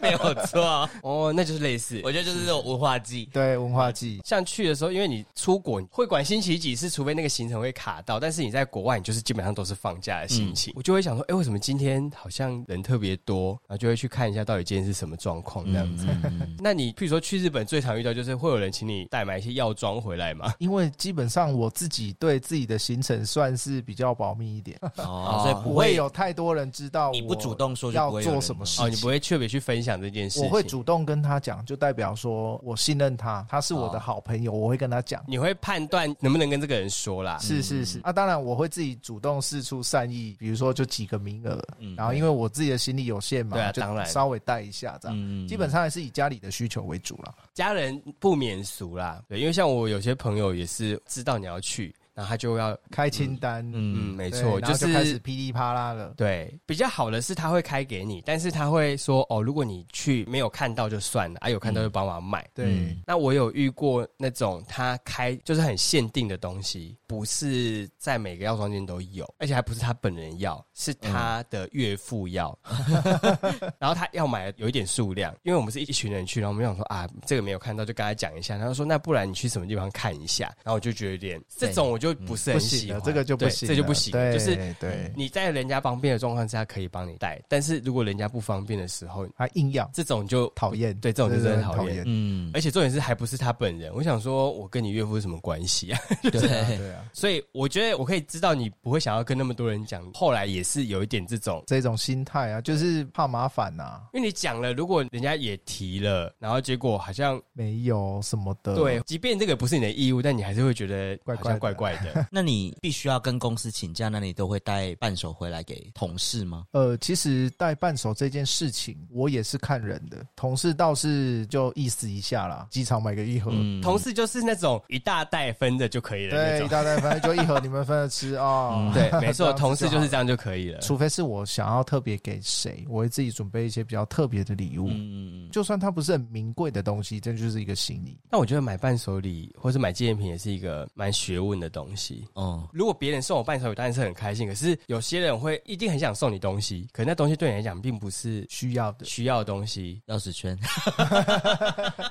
Speaker 3: 没有错，
Speaker 1: 哦，那就是类似。
Speaker 3: 我觉得就是这种文化祭，
Speaker 2: [laughs] 对，文化季，
Speaker 1: 像去的时候，因为你出国会管星期几是，除非那个行程会卡到，但是你在国外，你就是基本上都是放假的心情。我就会想说，哎、为什么今天好像人特别多？然后就会去看一下到底今天是什么状况这样子。
Speaker 3: 嗯嗯嗯
Speaker 1: 那你譬如说去日本最常遇到就是会有人请你带买一些药妆回来嘛？
Speaker 2: 因为基本上我自己对自己的行程算是比较保密一点，
Speaker 3: 哦，所以
Speaker 2: 不
Speaker 3: 不
Speaker 2: 会
Speaker 3: 会
Speaker 2: 有太多人知道我
Speaker 3: 你不主动说就
Speaker 2: 要
Speaker 3: 不会有
Speaker 2: 做
Speaker 3: 人
Speaker 2: 什么事
Speaker 1: 哦，
Speaker 2: 情
Speaker 1: 你不会特别去分享这件事情，
Speaker 2: 我会主动跟他讲，就代表说我信任他，他是
Speaker 1: 啊
Speaker 2: 我的好朋友，我会跟他讲。
Speaker 1: 你会判断能不能跟这个人说啦。
Speaker 2: 是是是，啊，当然我会自己主动试出善意，比如说就几个名额，
Speaker 3: 嗯
Speaker 2: 然后因为我自己的行李有限嘛，
Speaker 1: 对啊
Speaker 2: 就
Speaker 1: 当然
Speaker 2: 稍微带一下这样。
Speaker 3: 嗯
Speaker 2: 啊基本上还是以家里的需求为主啦。
Speaker 1: 家人不免俗啦，对，因为像我有些朋友也是知道你要去，然后他就要，
Speaker 2: 开清单，
Speaker 1: 嗯，没
Speaker 2: 对
Speaker 1: 错，
Speaker 2: 然后
Speaker 1: 是
Speaker 2: 开始噼里啪啦了。
Speaker 1: 对，比较好的是他会开给你，但是他会说哦，如果你去没有看到就算了，啊有看到就帮忙买。
Speaker 2: 对，
Speaker 1: 那我有遇过那种他开就是很限定的东西，不是在每个药妆店都有，而且还不是他本人要，是他的岳父要，
Speaker 2: [laughs]
Speaker 1: 然后他要买有一点数量，因为我们是一群人去，然后我们想说啊这个没有看到就跟他讲一下，他就说那不然你去什么地方看一下，然后我就觉得有点这种我就不是
Speaker 2: 不
Speaker 1: 很
Speaker 2: 行
Speaker 1: 喜
Speaker 2: 了，
Speaker 1: 欢，
Speaker 2: 这个就不
Speaker 1: 对
Speaker 2: 行了，
Speaker 1: 这就不行了，
Speaker 2: 对
Speaker 1: 就是
Speaker 2: 对，
Speaker 1: 你在人家方便的状况下可以帮你带，但是如果人家不方便的时候，
Speaker 2: 还硬要
Speaker 1: 这种就
Speaker 2: 讨厌，
Speaker 1: 对这种就是很
Speaker 2: 很
Speaker 1: 讨
Speaker 2: 讨
Speaker 1: 厌
Speaker 2: 厌。
Speaker 3: 嗯，
Speaker 1: 而且重点是还不是他本人。我想说，我跟你岳父是什么关系啊？ [laughs]
Speaker 3: 对，
Speaker 2: 对啊，
Speaker 1: 所以我觉得我可以知道你不会想要跟那么多人讲。后来也是有一点这种，
Speaker 2: 这种心态啊，就是怕麻烦啊呐，
Speaker 1: 因为你讲了，如果人家也提了，然后结果好像
Speaker 2: 没有什么的。
Speaker 1: 对，即便这个不是你的义务，但你还是会觉得
Speaker 2: 怪
Speaker 1: 好像
Speaker 2: 嗯怪
Speaker 1: 怪
Speaker 2: 的
Speaker 1: 怪的。
Speaker 3: 那你必须要跟公司请假，那你都会带伴手回来给同事吗？
Speaker 2: 呃，其实带伴手这件事情，我也是看人的。同事倒是就意思一下啦，机场买个一盒，
Speaker 3: 嗯，
Speaker 1: 同事就是那种一大袋分着就可以了那
Speaker 2: 对，一
Speaker 1: 种。
Speaker 2: 大袋反正就一盒，你们分着吃
Speaker 1: [laughs]
Speaker 2: [laughs] 哦。
Speaker 1: 对，没
Speaker 2: 这
Speaker 1: 错，
Speaker 2: 样子
Speaker 1: 同事就是
Speaker 2: 好
Speaker 1: 这样就可以了。
Speaker 2: 除非是我想要特别给谁，我会自己准备一些比较特别的礼物。
Speaker 3: 嗯嗯嗯，
Speaker 2: 就算它不是很名贵的东西，这就是一个心意。
Speaker 1: 那我觉得买伴手礼或是买纪念品也是一个蛮学问的东西。
Speaker 3: 哦，
Speaker 1: 如果别人送我伴手礼，当然是很开心。可是有些人会一定很想送你东西，可那东西对你来讲并不是
Speaker 2: 需要的，
Speaker 1: 需要的东
Speaker 3: [laughs]
Speaker 1: 西。
Speaker 3: 钥匙圈，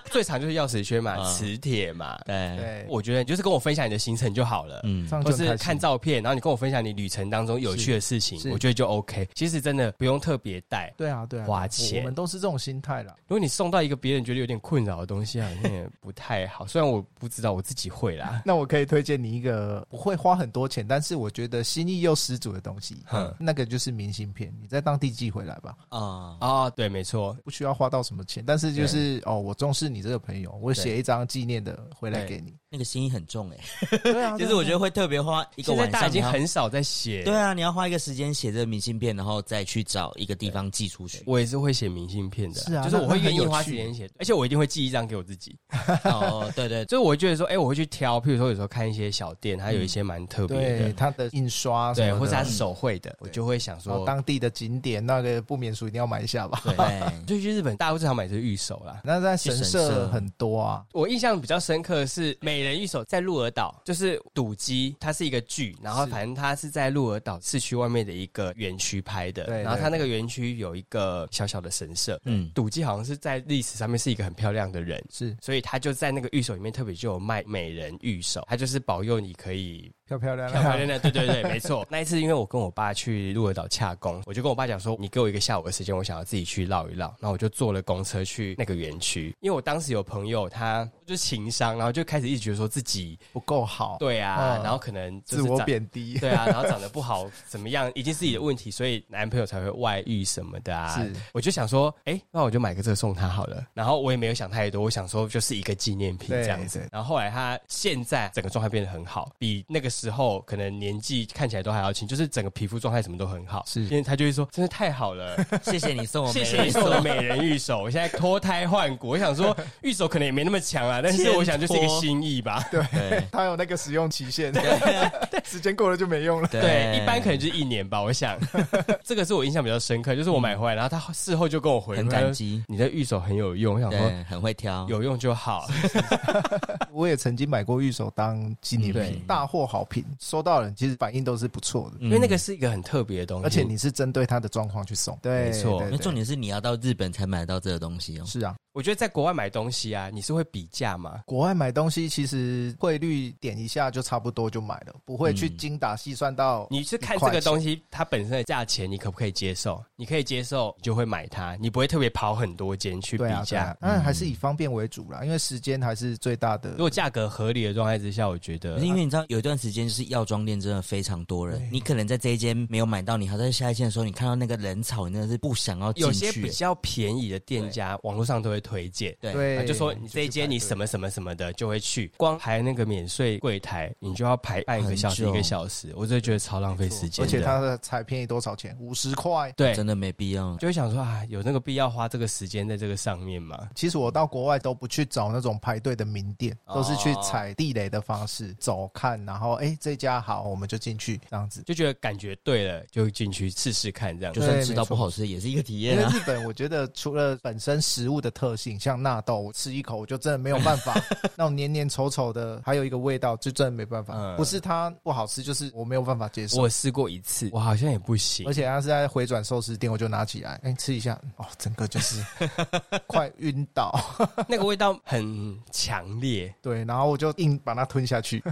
Speaker 1: 最常就是钥匙圈嘛、
Speaker 3: 嗯
Speaker 1: 磁铁嘛。
Speaker 3: 对，
Speaker 2: 对，
Speaker 1: 我觉得你就是跟我分享你的行程就好了，
Speaker 3: 嗯
Speaker 2: 这，样
Speaker 1: 或
Speaker 2: 就很
Speaker 1: 是
Speaker 2: 开心
Speaker 1: 看照片，然后你跟我分享你旅程当中有趣的事情
Speaker 2: 是，是
Speaker 1: 我觉得就 OK。其实真的不用特别带。
Speaker 2: 对啊，对啊，
Speaker 1: 花
Speaker 2: 我
Speaker 1: 钱
Speaker 2: 我们都是这种心态啦。
Speaker 1: 如果你送到一个别人觉得有点困扰的东西，好像也不太好。虽然我不知道我自己会
Speaker 3: [laughs]
Speaker 1: 啦，
Speaker 2: [laughs] 那我可以推荐你一个不会花很多钱，但是我觉得心意又十足的东西
Speaker 1: 嗯，
Speaker 2: 那个就是明信片，你在当地寄回来吧。
Speaker 3: 啊，
Speaker 1: 哦，对，没错，
Speaker 2: 不需要花到什么钱，但是就是哦，我重视你这个朋友，我写一张纪念的回来给你。
Speaker 3: 那个心意很重哎，
Speaker 2: 对啊，
Speaker 3: 其实我觉
Speaker 2: 得
Speaker 3: 得会特别花一个
Speaker 1: 现在
Speaker 3: 晚
Speaker 1: 大家
Speaker 3: 上，
Speaker 1: 已经
Speaker 3: 你要
Speaker 1: 很少在写，
Speaker 3: 对啊，你要花一个时间写这个明信片，然后再去找一个地方寄
Speaker 1: [laughs]
Speaker 3: 出去。
Speaker 1: 我也是会写明信片的，
Speaker 2: 是啊
Speaker 1: 就是我会愿意
Speaker 2: 那很有趣
Speaker 1: 花时间写，而且我一定会寄一张给我自己。
Speaker 3: 哦，对对，
Speaker 1: 就是我会觉得说，哎、我会去挑，譬如说有时候看一些小店，它有一些蛮特别的，
Speaker 2: 嗯对他的印刷什
Speaker 1: 对，
Speaker 2: 么
Speaker 1: 或
Speaker 2: 的
Speaker 1: 是它手绘的，我就会想
Speaker 2: 然后
Speaker 1: 说，
Speaker 2: 当地的景点那个不免俗一定要买一
Speaker 3: [laughs]
Speaker 2: 下吧。
Speaker 3: 对，
Speaker 1: 就去日本，大家最常买的是玉手啦。
Speaker 2: 那在
Speaker 3: 去
Speaker 2: 神
Speaker 3: 神
Speaker 2: 社
Speaker 3: 社
Speaker 2: 很多啊，
Speaker 1: 我印象比较深刻的是美人玉手在鹿儿岛，就是赌鸡，它是一个剧，然后
Speaker 2: 是
Speaker 1: 反正它是在鹿儿岛市区外面的一个园区拍的，
Speaker 2: 对
Speaker 1: 然后它那
Speaker 2: 对
Speaker 1: 个园区有一个小小的神社，
Speaker 3: 嗯，
Speaker 1: 赌鸡好像是在历史上面是一个很漂亮的人，
Speaker 2: 是
Speaker 1: 所以他就在那个玉手里面特别就有卖美人玉手，他就是保佑你可以
Speaker 2: 漂漂亮
Speaker 1: 漂漂亮
Speaker 2: 亮。
Speaker 1: 亮，对对对，没错。那一次，因为我跟我爸去鹿儿岛洽工，我就跟我爸讲说，你给我一个下午的时间，我想要自己去绕一绕。然后我就坐了公车去那个园区，因为我当时有朋友他就情商，然后就开始一直觉得说自己
Speaker 2: [laughs] 不够好，
Speaker 1: 对啊，
Speaker 2: 嗯
Speaker 1: 然后可能就是
Speaker 2: 自我
Speaker 1: 长
Speaker 2: 贬 [laughs] 低，
Speaker 1: 对啊，然后长得不好怎么样，已经是自己的问题，所以男朋友才会外遇什么的啊。
Speaker 2: 是
Speaker 1: 我就想说，哎、那我就买个这个送他好了。然后我也没有想太多，我想说就是一个纪念品
Speaker 2: 对
Speaker 1: 这样子
Speaker 2: 对。
Speaker 1: 然后后来他现在整个状态变得很好，比那个时候可能年纪看起来都还要轻，就是整个皮肤状态什么都很好。
Speaker 2: 是
Speaker 1: 因为他就会说，真的太好了，
Speaker 3: 谢谢你送我，
Speaker 1: 谢谢你送我的美人玉手。我现在脱胎换骨，我想说玉手可能也没那么强啊，但是我想就是一个
Speaker 3: 天脱
Speaker 1: 心意吧。
Speaker 3: 对
Speaker 2: 它有那个使用期限，时间过了就没用了。
Speaker 1: [laughs] 对，一般可能就是一年吧，我
Speaker 3: [laughs]
Speaker 1: 想这个是我印象比较深刻，就是我买回来，然后他事后就跟我回
Speaker 3: 很感，激
Speaker 1: 他说，你的玉手很有用，我想说
Speaker 3: 对，嗯很会挑，
Speaker 1: 有用就好，
Speaker 2: 我也曾经买过玉手当纪念
Speaker 1: 嗯对
Speaker 2: 品，大获好评，收到人其实反应都是不错的，
Speaker 3: 因
Speaker 1: 因为那个是一个很特别的东西，
Speaker 2: 而且你是针对他的状况去送，对，
Speaker 1: 嗯没错
Speaker 2: 对
Speaker 3: 那重
Speaker 2: 对
Speaker 3: 点是你要到日本才买到这个东西哦。
Speaker 2: 是啊，
Speaker 1: 我觉得在国外买东西啊，你是会比价吗？
Speaker 2: 国外买东西其实汇率点一下就差不多就买了，不会去
Speaker 3: 嗯
Speaker 2: 精打细算到
Speaker 1: 你是看这
Speaker 2: 一块
Speaker 1: 个
Speaker 2: 钱
Speaker 1: 东西它本身的价钱，你可不可以接受？你可以接受，你就会买它，你不会特别跑很多间去比
Speaker 2: 对啊，对
Speaker 1: 价嗯
Speaker 2: 啊。当然还是以方便为主啦，因为时间还是最大的
Speaker 1: 如。果价格合理的状态之下，我觉得
Speaker 3: 可是因为你知道，有一段时间就是药妆店真的非常多人，你可能在这一间没有买到，你还在下一间的时候，你看到那个人潮，你真的是不想要进去。
Speaker 1: 有些比较便宜的店家，网络上都会推荐。
Speaker 3: 对
Speaker 1: 啊
Speaker 2: 对，
Speaker 1: 就说你这一间你什
Speaker 2: 么？
Speaker 1: 么什么什么的就会去，光排那个免税柜台，你就要排半个小时
Speaker 3: 很
Speaker 1: 一
Speaker 3: 久
Speaker 1: 个小时，我真的觉得超浪费时间
Speaker 2: 而
Speaker 1: 的。
Speaker 2: 且它的才便宜多少钱？五十块。
Speaker 1: 对，
Speaker 3: 真的没必要。
Speaker 1: 就会想说啊，有那个必要花这个时间在这个上面吗？
Speaker 2: 其实我到国外都不去找那种排队的名店，
Speaker 1: 哦
Speaker 2: 都是去踩地雷的方式走看，然后哎这家好我们就进去这样子。
Speaker 1: 就觉得感觉对了，就进去试试看这样
Speaker 3: 就
Speaker 1: 子。
Speaker 3: 算
Speaker 2: 对
Speaker 3: 吃到不
Speaker 2: 没错
Speaker 3: 好吃，也是一个体
Speaker 2: 因
Speaker 3: 验
Speaker 2: 为
Speaker 3: 啊。
Speaker 2: 日本，我觉得除了本身食物的特性，像纳豆，我吃一口我就真的没有
Speaker 1: [laughs]
Speaker 2: 办法，那种黏黏稠稠的，还有一个味道，就真的没办法。
Speaker 1: 嗯
Speaker 2: 不是它不好吃，就是我没有办法接
Speaker 1: 我
Speaker 2: 受。
Speaker 1: 有试过一次，我好像也不行
Speaker 2: 而。且它是在回转寿司店，我就拿起来，哎，吃一下，哦，整个就是快晕倒。 [laughs]
Speaker 1: 那个味道很强烈。
Speaker 2: 对，然后我就硬把它吞下去。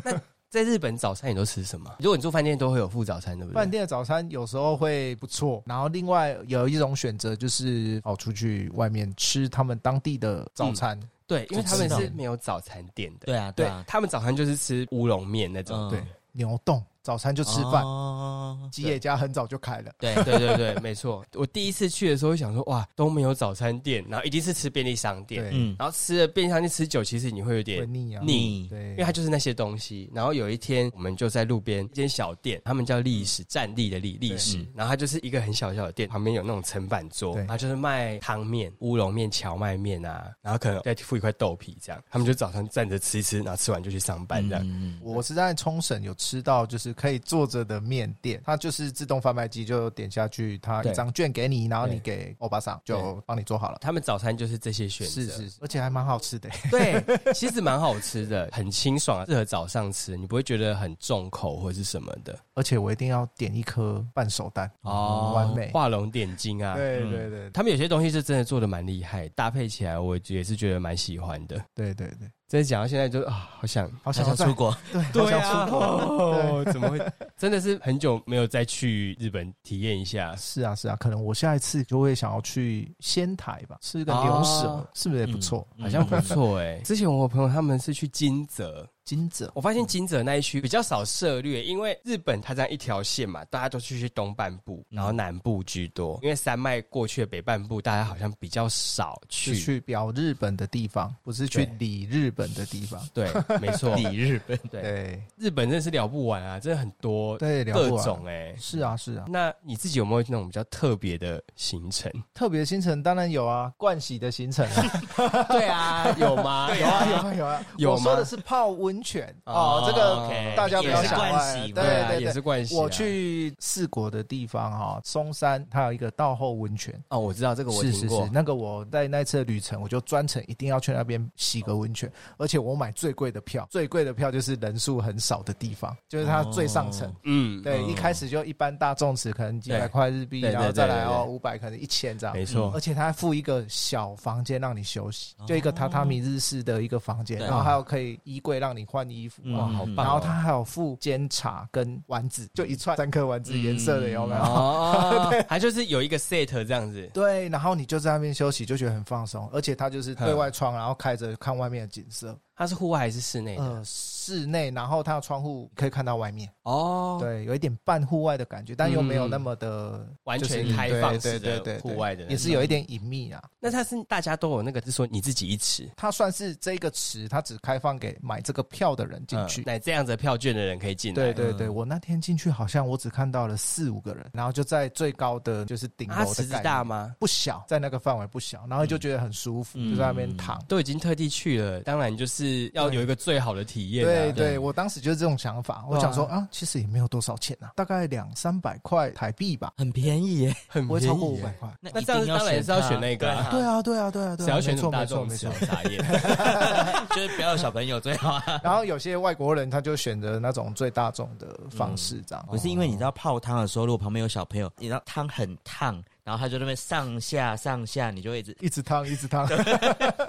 Speaker 1: 在日本早餐你都吃什么？如果你住饭店都会有附早餐，对不对？
Speaker 2: 饭店的早餐有时候会不错，然后另外有一种选择就是哦，出去外面吃他们当地的早餐。
Speaker 1: 对，因为他们
Speaker 2: 就知
Speaker 1: 是
Speaker 2: 道
Speaker 1: 没有早餐店的。
Speaker 3: [laughs] 对啊，
Speaker 1: 对
Speaker 3: 啊，
Speaker 1: 他们早餐就是吃乌龙面那种。
Speaker 3: 嗯
Speaker 2: 对，牛冻早餐就吃饭，
Speaker 3: 哦
Speaker 2: 吉野家很早就开了。
Speaker 3: 对
Speaker 1: 哎对对对， [laughs] 没错。我第一次去的时候就想说，哇，都没有早餐店，然后一定是吃便利商店
Speaker 2: 对，
Speaker 3: 嗯，
Speaker 1: 然后吃了便利商店吃久，其实你会有
Speaker 2: 会
Speaker 1: 点。
Speaker 2: 腻啊，
Speaker 3: 腻
Speaker 2: 对，
Speaker 1: 因为它就是那些东西，然后有一天我们就在路边一间小店，他们叫历史站立的历历史
Speaker 3: 嗯，
Speaker 1: 然后它就是一个很小小的店，旁边有那种层板桌，
Speaker 2: 对
Speaker 1: 然后就是卖汤面、乌龙面、荞麦面啊，然后可能再附一块豆皮这样，他们就早上站着吃一吃，然后吃完就去上班这样。
Speaker 3: 嗯嗯嗯
Speaker 2: 我是在冲绳有吃到，就是可以坐着的面店，它就是自动贩卖机，就点下去，它
Speaker 1: 对
Speaker 2: 一张券给你，然后
Speaker 1: 对
Speaker 2: 你给欧巴桑就
Speaker 1: 对
Speaker 2: 帮你做好了。
Speaker 1: 他们早餐就是这些选择，
Speaker 2: 是是，是而且还蛮好吃的。
Speaker 1: 对，其实蛮好吃的， [laughs] 很清爽，啊适合早上吃，你不会觉得很重口或是什么的
Speaker 2: 而且我一定要点一颗半熟蛋，
Speaker 1: 哦
Speaker 2: 完美
Speaker 1: 画龙点睛啊。
Speaker 2: 对
Speaker 3: 嗯
Speaker 2: 对对
Speaker 1: 他们有些东西是真的做的蛮厉害，搭配起来我也是觉得蛮喜欢的。
Speaker 2: 对对对，
Speaker 1: 真的讲到现在就啊，好想
Speaker 2: 好
Speaker 3: 他
Speaker 2: 想
Speaker 3: 想
Speaker 2: 要再
Speaker 3: 出国， [laughs]
Speaker 2: 对，啊好想出国。 [laughs]
Speaker 1: 哦，怎么会？真的是很久没有再去日本体验一下。
Speaker 2: 是啊，是啊，可能我下一次就会想要去仙台吧，吃个牛舌，
Speaker 1: 哦
Speaker 2: 是不是也不错？
Speaker 3: 嗯
Speaker 1: 好像不
Speaker 3: 嗯
Speaker 1: 错哎、之前我朋友他们是去金泽，
Speaker 2: 金泽
Speaker 1: 我发现金泽那一区比较少涉略，因为日本它这样一条线嘛，大家都去去东半部，
Speaker 2: 嗯
Speaker 1: 然后南部居多，因为山脉过去的北半部，大家好像比较少去。
Speaker 2: 是去表日本的地方，不是去
Speaker 1: 对
Speaker 2: 理日本的地方。 [laughs]
Speaker 1: 对，没错，
Speaker 3: 理日本，
Speaker 1: 对，
Speaker 2: 对
Speaker 1: 日本真的是聊不完啊，真的很多
Speaker 2: 对，聊
Speaker 1: 各
Speaker 2: 不完
Speaker 1: 种哎、
Speaker 2: 是啊，是啊，
Speaker 1: 那你自己有没有那种比较特别的行
Speaker 2: [laughs]
Speaker 1: 程？
Speaker 2: 特别行程当然有啊，盥洗的行程、啊，
Speaker 1: 对啊， [laughs] 有吗？
Speaker 2: 有 [laughs] 啊，有啊，有啊。
Speaker 1: 有
Speaker 2: 我说
Speaker 1: 吗
Speaker 2: 的是泡温泉
Speaker 1: 哦
Speaker 2: 哦，这个
Speaker 1: OK
Speaker 2: 大家不要
Speaker 3: 也是
Speaker 2: 想
Speaker 3: 盥
Speaker 2: 歪
Speaker 3: 洗嘛
Speaker 2: 对
Speaker 1: 对啊，
Speaker 2: 对
Speaker 1: 也
Speaker 2: 对
Speaker 1: 是关系、
Speaker 2: 我去四国的地方哈、松山它有一个道后温泉，
Speaker 1: 哦，我知道这个我
Speaker 2: 是
Speaker 1: 听
Speaker 2: 是
Speaker 1: 过。
Speaker 2: 是，那个我在那次的旅程，我就专程一定要去那边洗个温泉，而且我买最贵的票，最贵的票就是人数很少的地方，就是它最上层。
Speaker 3: 哦
Speaker 1: 嗯，
Speaker 2: 对，
Speaker 3: 嗯
Speaker 2: 一开始就一般大众池可能几百
Speaker 1: 对
Speaker 2: 块日币，
Speaker 1: 对对
Speaker 2: 然后再来
Speaker 1: 对对
Speaker 2: 哦五百可能一千这样。
Speaker 1: 没错 [laughs]
Speaker 2: 而。且它还附一个
Speaker 1: 哦
Speaker 2: 小房间让你休息，就一个榻榻米日式的一个房间，
Speaker 3: 对
Speaker 1: 啊
Speaker 2: 然后还有可以衣柜让你你换衣
Speaker 1: 嗯
Speaker 2: 服
Speaker 3: 哇
Speaker 2: 啊。
Speaker 3: 好棒
Speaker 2: 然后他还有附煎茶跟丸子，就一串三颗丸子颜色的，有没有？
Speaker 1: 嗯哦，它就是有一个 set 这样子，
Speaker 2: 对，然后你就在那边休息，就觉得很放松，而且它就是对
Speaker 1: 嗯
Speaker 2: 外窗，然后开着看外面的景色。
Speaker 1: 它是户外还是室内的？
Speaker 2: 呃，室内，然后它的窗户可以看到外面，
Speaker 1: 哦，，嗯
Speaker 2: 对，有一点半户外的感觉，但又没有那么的
Speaker 1: 完
Speaker 2: 就是
Speaker 1: 全开放
Speaker 2: 对
Speaker 1: 式
Speaker 2: 对对
Speaker 1: 的
Speaker 2: 对
Speaker 1: 户外的那种，
Speaker 2: 也是有一点隐秘啊。
Speaker 1: 那它是大家都有那个，是说你自己一尺
Speaker 2: 它算是这个池，它只开放给买这个票的人进去。
Speaker 1: 那这样子的票券的人可以嗯进来。
Speaker 2: 嗯
Speaker 1: 啊嗯
Speaker 2: 对对对，我那天进去好像我只看到了四五个人，然后就在最高的就是顶
Speaker 1: 啊它
Speaker 2: 楼的
Speaker 1: 池子
Speaker 2: 概
Speaker 1: 大
Speaker 2: 念，
Speaker 1: 吗？嗯
Speaker 2: 不小，在那个范围不小，然后就觉得很舒服，就在那边躺。
Speaker 1: 都已经特地去了，当然就是要有一个最好的体验、啊。
Speaker 2: 对对，我当时就是这种想法，我想说啊，其实也没有多少钱啊，大概两三百块台币吧，
Speaker 3: 很便
Speaker 2: [laughs]
Speaker 3: 宜耶，
Speaker 1: 很
Speaker 2: 不会超
Speaker 1: 便
Speaker 2: 过
Speaker 1: 宜
Speaker 2: 五
Speaker 1: 耶
Speaker 2: 百。块。
Speaker 3: 那
Speaker 1: 那
Speaker 3: 一
Speaker 1: 这样
Speaker 3: 定
Speaker 1: 子当然也是要选那个啊
Speaker 3: [laughs] 它
Speaker 2: 对，啊，对啊，对啊，对啊，
Speaker 1: 只要选
Speaker 2: 没
Speaker 1: 什么
Speaker 2: 错
Speaker 1: 大
Speaker 2: 没错
Speaker 1: 众
Speaker 2: 没
Speaker 1: 吃
Speaker 2: 错。
Speaker 1: 傻眼，
Speaker 2: [laughs]
Speaker 3: 就是不要有小朋友最好
Speaker 1: [laughs]
Speaker 3: 啊。
Speaker 2: 然后有些外国人他就选择那种最大众的方式，这
Speaker 1: 嗯
Speaker 2: 样哦
Speaker 3: 不哦是因为你知道泡汤的时候，如果旁边有小朋友，你知道汤很烫，然后他就在那边上下上下，你就会一直 [laughs]
Speaker 2: 一直烫一
Speaker 1: [laughs]
Speaker 2: 直烫。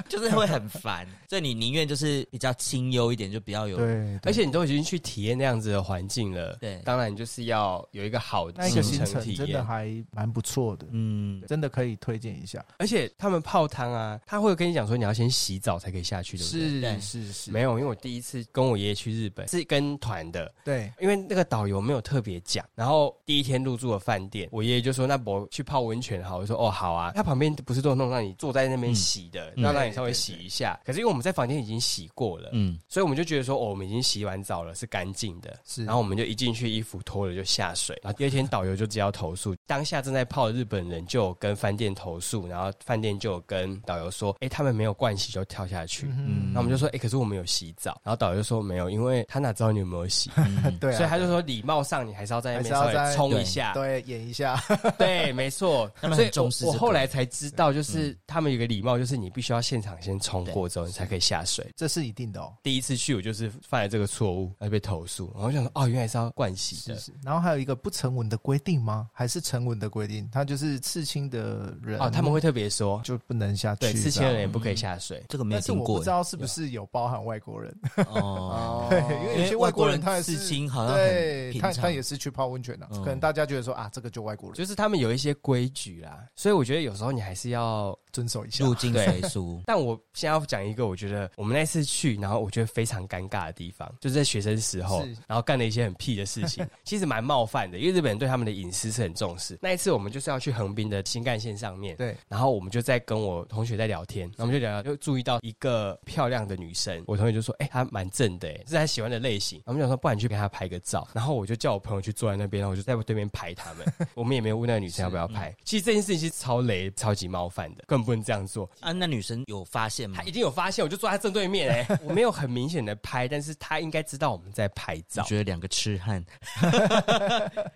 Speaker 3: 就是会很
Speaker 2: [laughs]
Speaker 3: 烦。所以你宁愿就是比较清幽一点，就比较有
Speaker 2: 对，
Speaker 1: 而且你都已经去体验那样子的环境了，
Speaker 3: 对
Speaker 1: 当然就是要有一个好
Speaker 2: 那
Speaker 1: 的
Speaker 2: 一个
Speaker 1: 行
Speaker 2: 行
Speaker 1: 程
Speaker 2: 程
Speaker 1: 嗯体
Speaker 2: 真的
Speaker 1: 验。
Speaker 2: 还蛮不错的，
Speaker 3: 嗯
Speaker 2: 真的可以推荐一下。
Speaker 1: 而且他们泡汤啊，他会跟你讲说你要先洗澡才可以下去，对不对？
Speaker 3: 对
Speaker 2: 是是
Speaker 1: 没有，因为我第一次跟我爷爷去日本是跟团的，
Speaker 2: 对，
Speaker 1: 因为那个导游没有特别讲，然后第一天入住的饭店，我爷爷就说：“那我去泡温泉好。”我说：“哦，好啊。”他旁边不是都有弄让你坐在那边洗的，
Speaker 3: 嗯
Speaker 1: 那让你稍微洗一下。可是因为我们在房间已经洗过了，
Speaker 3: 嗯，
Speaker 1: 所以我们就觉得说：“哦，我们已经洗完澡了，是干净的。”
Speaker 2: 是
Speaker 1: 然后我们就一进去，衣服脱了就下水。然后第二天导游就直接要投诉，当下正在泡的日本人就有跟饭店投诉，然后饭店就有跟导游说：“哎，他们没有盥洗就跳下去。
Speaker 2: 嗯
Speaker 1: 那我们就说，哎、可是我们有洗澡。然后导游就说没有，因为他哪知道你有没有洗，
Speaker 3: 嗯
Speaker 2: [laughs] 哼，对啊，
Speaker 1: 所以他就说礼貌上你还是要在那边稍
Speaker 2: 还是要
Speaker 1: 微
Speaker 2: 在
Speaker 1: 冲一下。
Speaker 2: 对演一下， [laughs]
Speaker 1: 对，没错。
Speaker 3: 他们
Speaker 1: 所
Speaker 3: 很
Speaker 1: 以
Speaker 3: 重视
Speaker 1: 我我
Speaker 3: 这个嗯
Speaker 1: 后来才知道，就是他们有个礼貌，就是你必须要现场先冲过之后，你才可以下水。
Speaker 2: 这是一定的哦。
Speaker 1: 第一次去我就是犯了这个错误，而被投诉。然后我想说，哦，原来是要灌洗
Speaker 2: 是
Speaker 1: 的。
Speaker 2: 是，然后还有一个不成文的规定吗？还是成文的规定？他就是刺青的人
Speaker 1: 哦，他们会特别说，
Speaker 2: 就不能下去，
Speaker 1: 对，刺青
Speaker 2: 这
Speaker 1: 的
Speaker 2: 样
Speaker 1: 人也不
Speaker 3: 嗯
Speaker 1: 可以下水。
Speaker 3: 这个没
Speaker 2: 但是
Speaker 3: 听
Speaker 2: 我
Speaker 3: 过
Speaker 2: 不知道是不是有包含外国人，
Speaker 3: 哦。
Speaker 2: 对， [laughs] 因为有些外国人他也
Speaker 3: 事
Speaker 2: 是，
Speaker 3: 情好像很
Speaker 2: 对
Speaker 3: 平
Speaker 2: 他
Speaker 3: 常，
Speaker 2: 他也是去泡温泉的，
Speaker 3: 嗯
Speaker 2: 可能大家觉得说啊，这个就外国人，
Speaker 1: 就是他们有一些规矩啦，所以我觉得有时候你还是要
Speaker 2: 遵守一下
Speaker 3: 入。境随俗。
Speaker 1: 但我现在要讲一个，我觉得我们那次去，然后我觉得非常尴尬的地方，就是在学生时候
Speaker 2: 是，
Speaker 1: 然后干了一些很屁的事
Speaker 2: [laughs]
Speaker 1: 情，其实蛮冒犯的，因为日本人对他们的隐私是很重视。那一次我们就是要去横滨的新干线上面，
Speaker 2: 对，
Speaker 1: 然后我们就在跟我同学在聊天，然后我们就聊聊，就注意到一个漂亮的女生，我同学就说：“哎、她蛮正的，哎，是她喜欢的类型。”然后我们想说，不然你去给她拍个照。然后我就叫我朋友去坐在那边，然后我就在我对面拍他
Speaker 2: [laughs]
Speaker 1: 们。我们也没有问那个女生要不要拍。其实这件事情是超雷、超级冒犯的，根本不能这样做。
Speaker 3: 啊，那女生有发现吗
Speaker 1: 他？一定有发现，我就坐在他正对面哎、 [laughs] 我没有很明显的拍，但是他应该知道我们在拍
Speaker 3: 我
Speaker 1: 照。
Speaker 3: 觉得两个痴汉，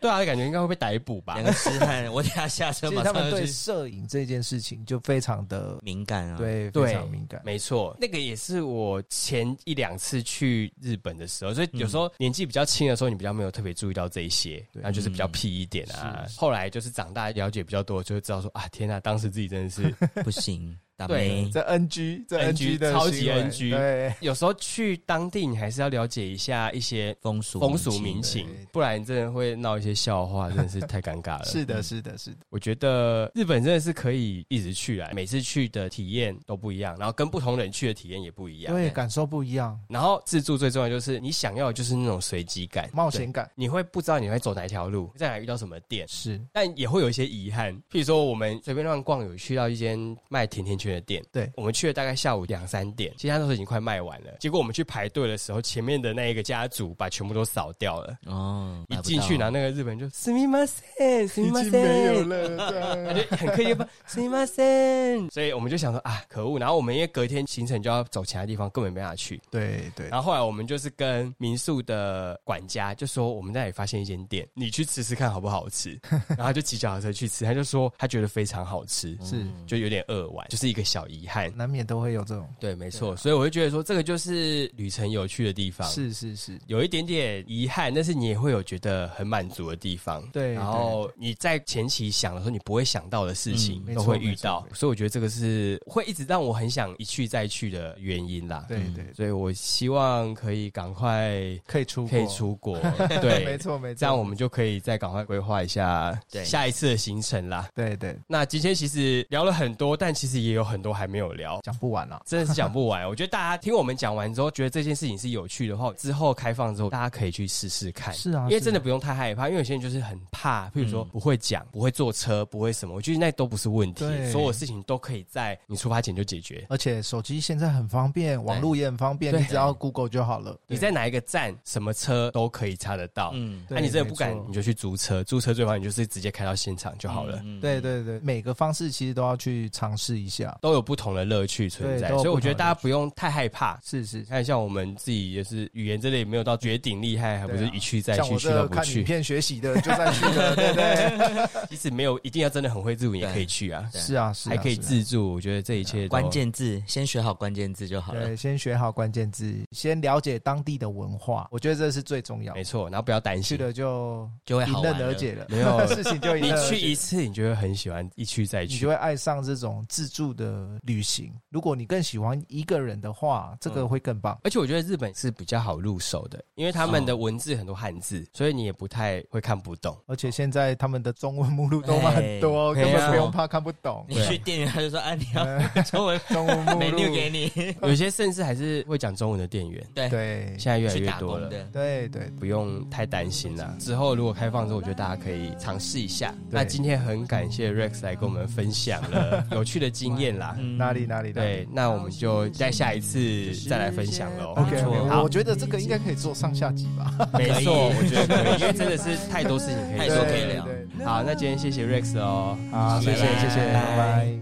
Speaker 1: 对啊，感觉应该会被逮捕吧
Speaker 3: 两？个痴汉，我等下
Speaker 1: [laughs]
Speaker 3: 下车
Speaker 2: 其
Speaker 3: 马
Speaker 2: 实他
Speaker 3: 上
Speaker 2: 们
Speaker 3: 就
Speaker 2: 对
Speaker 3: 去。
Speaker 2: 摄影这件事情就非常的
Speaker 3: 敏感啊，，
Speaker 2: 对
Speaker 1: 对
Speaker 2: 非常敏感，
Speaker 1: 没错，那个也是我前一两次去日本的时候，所以有时候年纪比较轻的时候，你比较没有特别注意到这一些，
Speaker 2: 对
Speaker 1: 那就是比较屁一点啊。后来就是长大了解比较多，就会知道说啊，天啊，当时自己真的 [laughs] 是
Speaker 3: 不行，打
Speaker 1: 对
Speaker 3: 妹
Speaker 2: 这 NG 这
Speaker 1: NG
Speaker 2: 的
Speaker 1: 超级
Speaker 2: 行为
Speaker 1: NG
Speaker 2: 对，
Speaker 1: 有时候去当地，你还是要了解一下一些
Speaker 3: 风俗
Speaker 1: 风俗民
Speaker 3: 情，
Speaker 1: 情
Speaker 2: 对，
Speaker 1: 不然真的会闹一些笑话，真的是太尴尬了。
Speaker 2: 是的，是的，是的，
Speaker 1: 我觉得日本真的是可以一直去啊，每次去的体验都不一样，然后跟不同人去的体验也不一样。
Speaker 2: 对，感受不一样，
Speaker 1: 然后自助最重要就是你想要的就是那种随机感、
Speaker 2: 冒险感
Speaker 1: 对，你会不知道你会走哪一条路，在哪遇到什么店。
Speaker 2: 是
Speaker 1: 但也会有一些遗憾，譬如说我们随便乱逛，有去到一间卖甜甜圈的店，
Speaker 2: 对
Speaker 1: 我们去了大概下午两三点，其实他那时候已经快卖完了。结果我们去排队的时候，前面的那一个家族把全部都扫掉了，
Speaker 3: 哦，
Speaker 1: 一
Speaker 3: 买不
Speaker 1: 进去，
Speaker 3: 到
Speaker 1: 然后那个日本人就“すみません，すみません”，
Speaker 2: 了，
Speaker 1: 他
Speaker 2: 对
Speaker 1: 就 [laughs] 很刻意吧，すみません。所以我们就想说啊，可恶。然后我们因为隔天行程就要走其他地方，根本没办法去。
Speaker 2: 对对，
Speaker 1: 然后后来我们就是跟民宿的管家就说，我们那里发现一间店，你去吃吃看好不 [laughs] 好吃。然后他就骑脚踏车去吃，他就说他觉得非常好吃，
Speaker 2: 是
Speaker 3: 嗯
Speaker 1: 就有点饿完，就是一个个小遗憾。
Speaker 2: 难免都会有这种。
Speaker 1: 对，啊没错，所以我就觉得说，这个就是旅程有趣的地方，
Speaker 2: 是是是，
Speaker 1: 有一点点遗憾，但是你也会有觉得很满足的地方。
Speaker 2: 对
Speaker 1: 然后你在前期想的时候，你不会想到的事情
Speaker 2: 嗯没
Speaker 1: 都
Speaker 2: 错
Speaker 1: 会遇到
Speaker 2: 没错，没
Speaker 1: 所以我觉得这个是会一直让我很想一去再去的原因啦。
Speaker 2: 对对对，
Speaker 1: 所以我希望可以赶快
Speaker 2: 可以出国
Speaker 1: 可以，出
Speaker 2: [laughs]
Speaker 1: 国，
Speaker 2: 对，没
Speaker 1: 对，
Speaker 2: 错没错，
Speaker 1: 这样我们就可以再赶快规划一下
Speaker 3: 对
Speaker 1: 下一次的行程啦。
Speaker 2: 对对
Speaker 1: 那今天其实聊了很多，但其实也有很多还没有聊。
Speaker 2: 讲不完啊了。
Speaker 1: 真的是讲不
Speaker 2: [laughs]
Speaker 1: 完。我觉得大家听我们讲完之后，觉得这件事情是有趣的话，之后开放之后，大家可以去试试看。
Speaker 2: 是啊
Speaker 1: 因为
Speaker 2: 是啊嗯
Speaker 1: 真的不用太害怕，因为有些人就是很怕，譬如说不会讲、不会坐车、不会什么，我觉得那都不是问题，
Speaker 2: 对
Speaker 1: 所有事情都可以在你出发前就解决。
Speaker 2: 而且手机现在很方便，网络也很方便，
Speaker 1: 对
Speaker 2: 你只要 Google 就好了。
Speaker 1: 你在哪一个站、什么车都可以查得到。
Speaker 3: 嗯，
Speaker 1: 那、
Speaker 2: 对
Speaker 1: 你真的不敢
Speaker 2: 没，错
Speaker 1: 你就去租车，租车最好你就是直接开到现场就好了。
Speaker 3: 嗯
Speaker 2: 对，对对，每个方式其实都要去尝试一下。
Speaker 1: 都有不同的乐趣存在，
Speaker 2: 对都有
Speaker 1: 所以我觉得
Speaker 2: 不同的乐趣
Speaker 1: 大家不用太害怕。
Speaker 2: 是是，
Speaker 1: 看像我们自己也是语言真的也没有到绝顶厉害，还不是
Speaker 2: 对啊
Speaker 1: 一去再
Speaker 2: 像
Speaker 1: 去，
Speaker 2: 我
Speaker 1: 去到
Speaker 2: 这
Speaker 1: 不
Speaker 2: 看
Speaker 1: 去
Speaker 2: 影。片学习的就算去了，对不对？
Speaker 1: 即使没有一定要真的很会日文，也
Speaker 3: 对
Speaker 1: 可以去啊，
Speaker 2: [laughs]
Speaker 3: 对
Speaker 2: 是啊是啊，
Speaker 1: 还可以
Speaker 2: 是啊啊
Speaker 1: 自助。我觉得这一切都
Speaker 3: 关。键字先学好关键字就好了
Speaker 2: 对，。先学好关键字，先了解当地的文化，我觉得这是最重要
Speaker 1: 没。错，然后不要担
Speaker 2: 去
Speaker 1: 心，
Speaker 2: 了就
Speaker 3: 就会好
Speaker 2: 迎
Speaker 3: 玩
Speaker 2: 刃
Speaker 3: 了
Speaker 2: 而解了，
Speaker 1: 没有
Speaker 2: [laughs] 事情就迎
Speaker 1: 你
Speaker 2: 刃而解
Speaker 1: 去一次，你就会很喜欢一去再
Speaker 2: 你就
Speaker 1: 去。
Speaker 2: 会爱上这种自助的旅行。如果你更喜欢一个人的话，这
Speaker 1: 嗯
Speaker 2: 个会更棒。
Speaker 1: 而且我觉得日本是比较好入手的，因为他们
Speaker 2: 嗯
Speaker 1: 的文字很多汉字，所以你也不太会看不懂。
Speaker 2: 而且现在他们的中文目录都很多，
Speaker 1: 哎
Speaker 2: 根本不
Speaker 1: 哎呀
Speaker 2: 用怕看不懂。
Speaker 3: 你去店员他就说啊，你
Speaker 1: [laughs]
Speaker 3: 要
Speaker 2: 呃
Speaker 3: 中文
Speaker 2: 中文目
Speaker 3: 美
Speaker 2: 录
Speaker 3: 妞给你，
Speaker 1: 有些甚至还是会讲中文的店员，
Speaker 3: 对，
Speaker 2: 对
Speaker 1: 现在越来
Speaker 3: 去
Speaker 1: 越
Speaker 3: 打
Speaker 1: 多
Speaker 3: 工
Speaker 1: 了。
Speaker 3: 的，
Speaker 2: 对对，
Speaker 1: 不用太担心啦。之后如果开放之后，我觉得大家可以尝试一下。那今天很感谢 Rex 来跟我们分享
Speaker 2: [laughs]
Speaker 1: 了有趣的经验啦。
Speaker 3: 嗯
Speaker 2: 哪里哪里哪里
Speaker 1: 对，那我们就在下一次再来分享喽。
Speaker 2: ？OK，
Speaker 3: 没错
Speaker 2: OK，
Speaker 1: 好
Speaker 2: 我觉得这个应该可以做上下集吧。
Speaker 1: 没错，
Speaker 3: 可以
Speaker 1: 我觉得可以，因为真的是太多事情可以
Speaker 3: 太
Speaker 1: 做
Speaker 3: 多
Speaker 2: 对
Speaker 3: 可以
Speaker 2: 对
Speaker 3: 聊
Speaker 2: 对
Speaker 1: 好，那今天谢谢 Rex 哦。
Speaker 2: 好，谢谢
Speaker 3: 拜拜
Speaker 2: 谢谢，拜拜。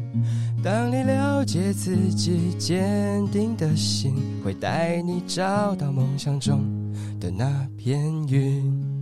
Speaker 1: 当你了解自己坚定的心，会带你找到梦想中的那片云。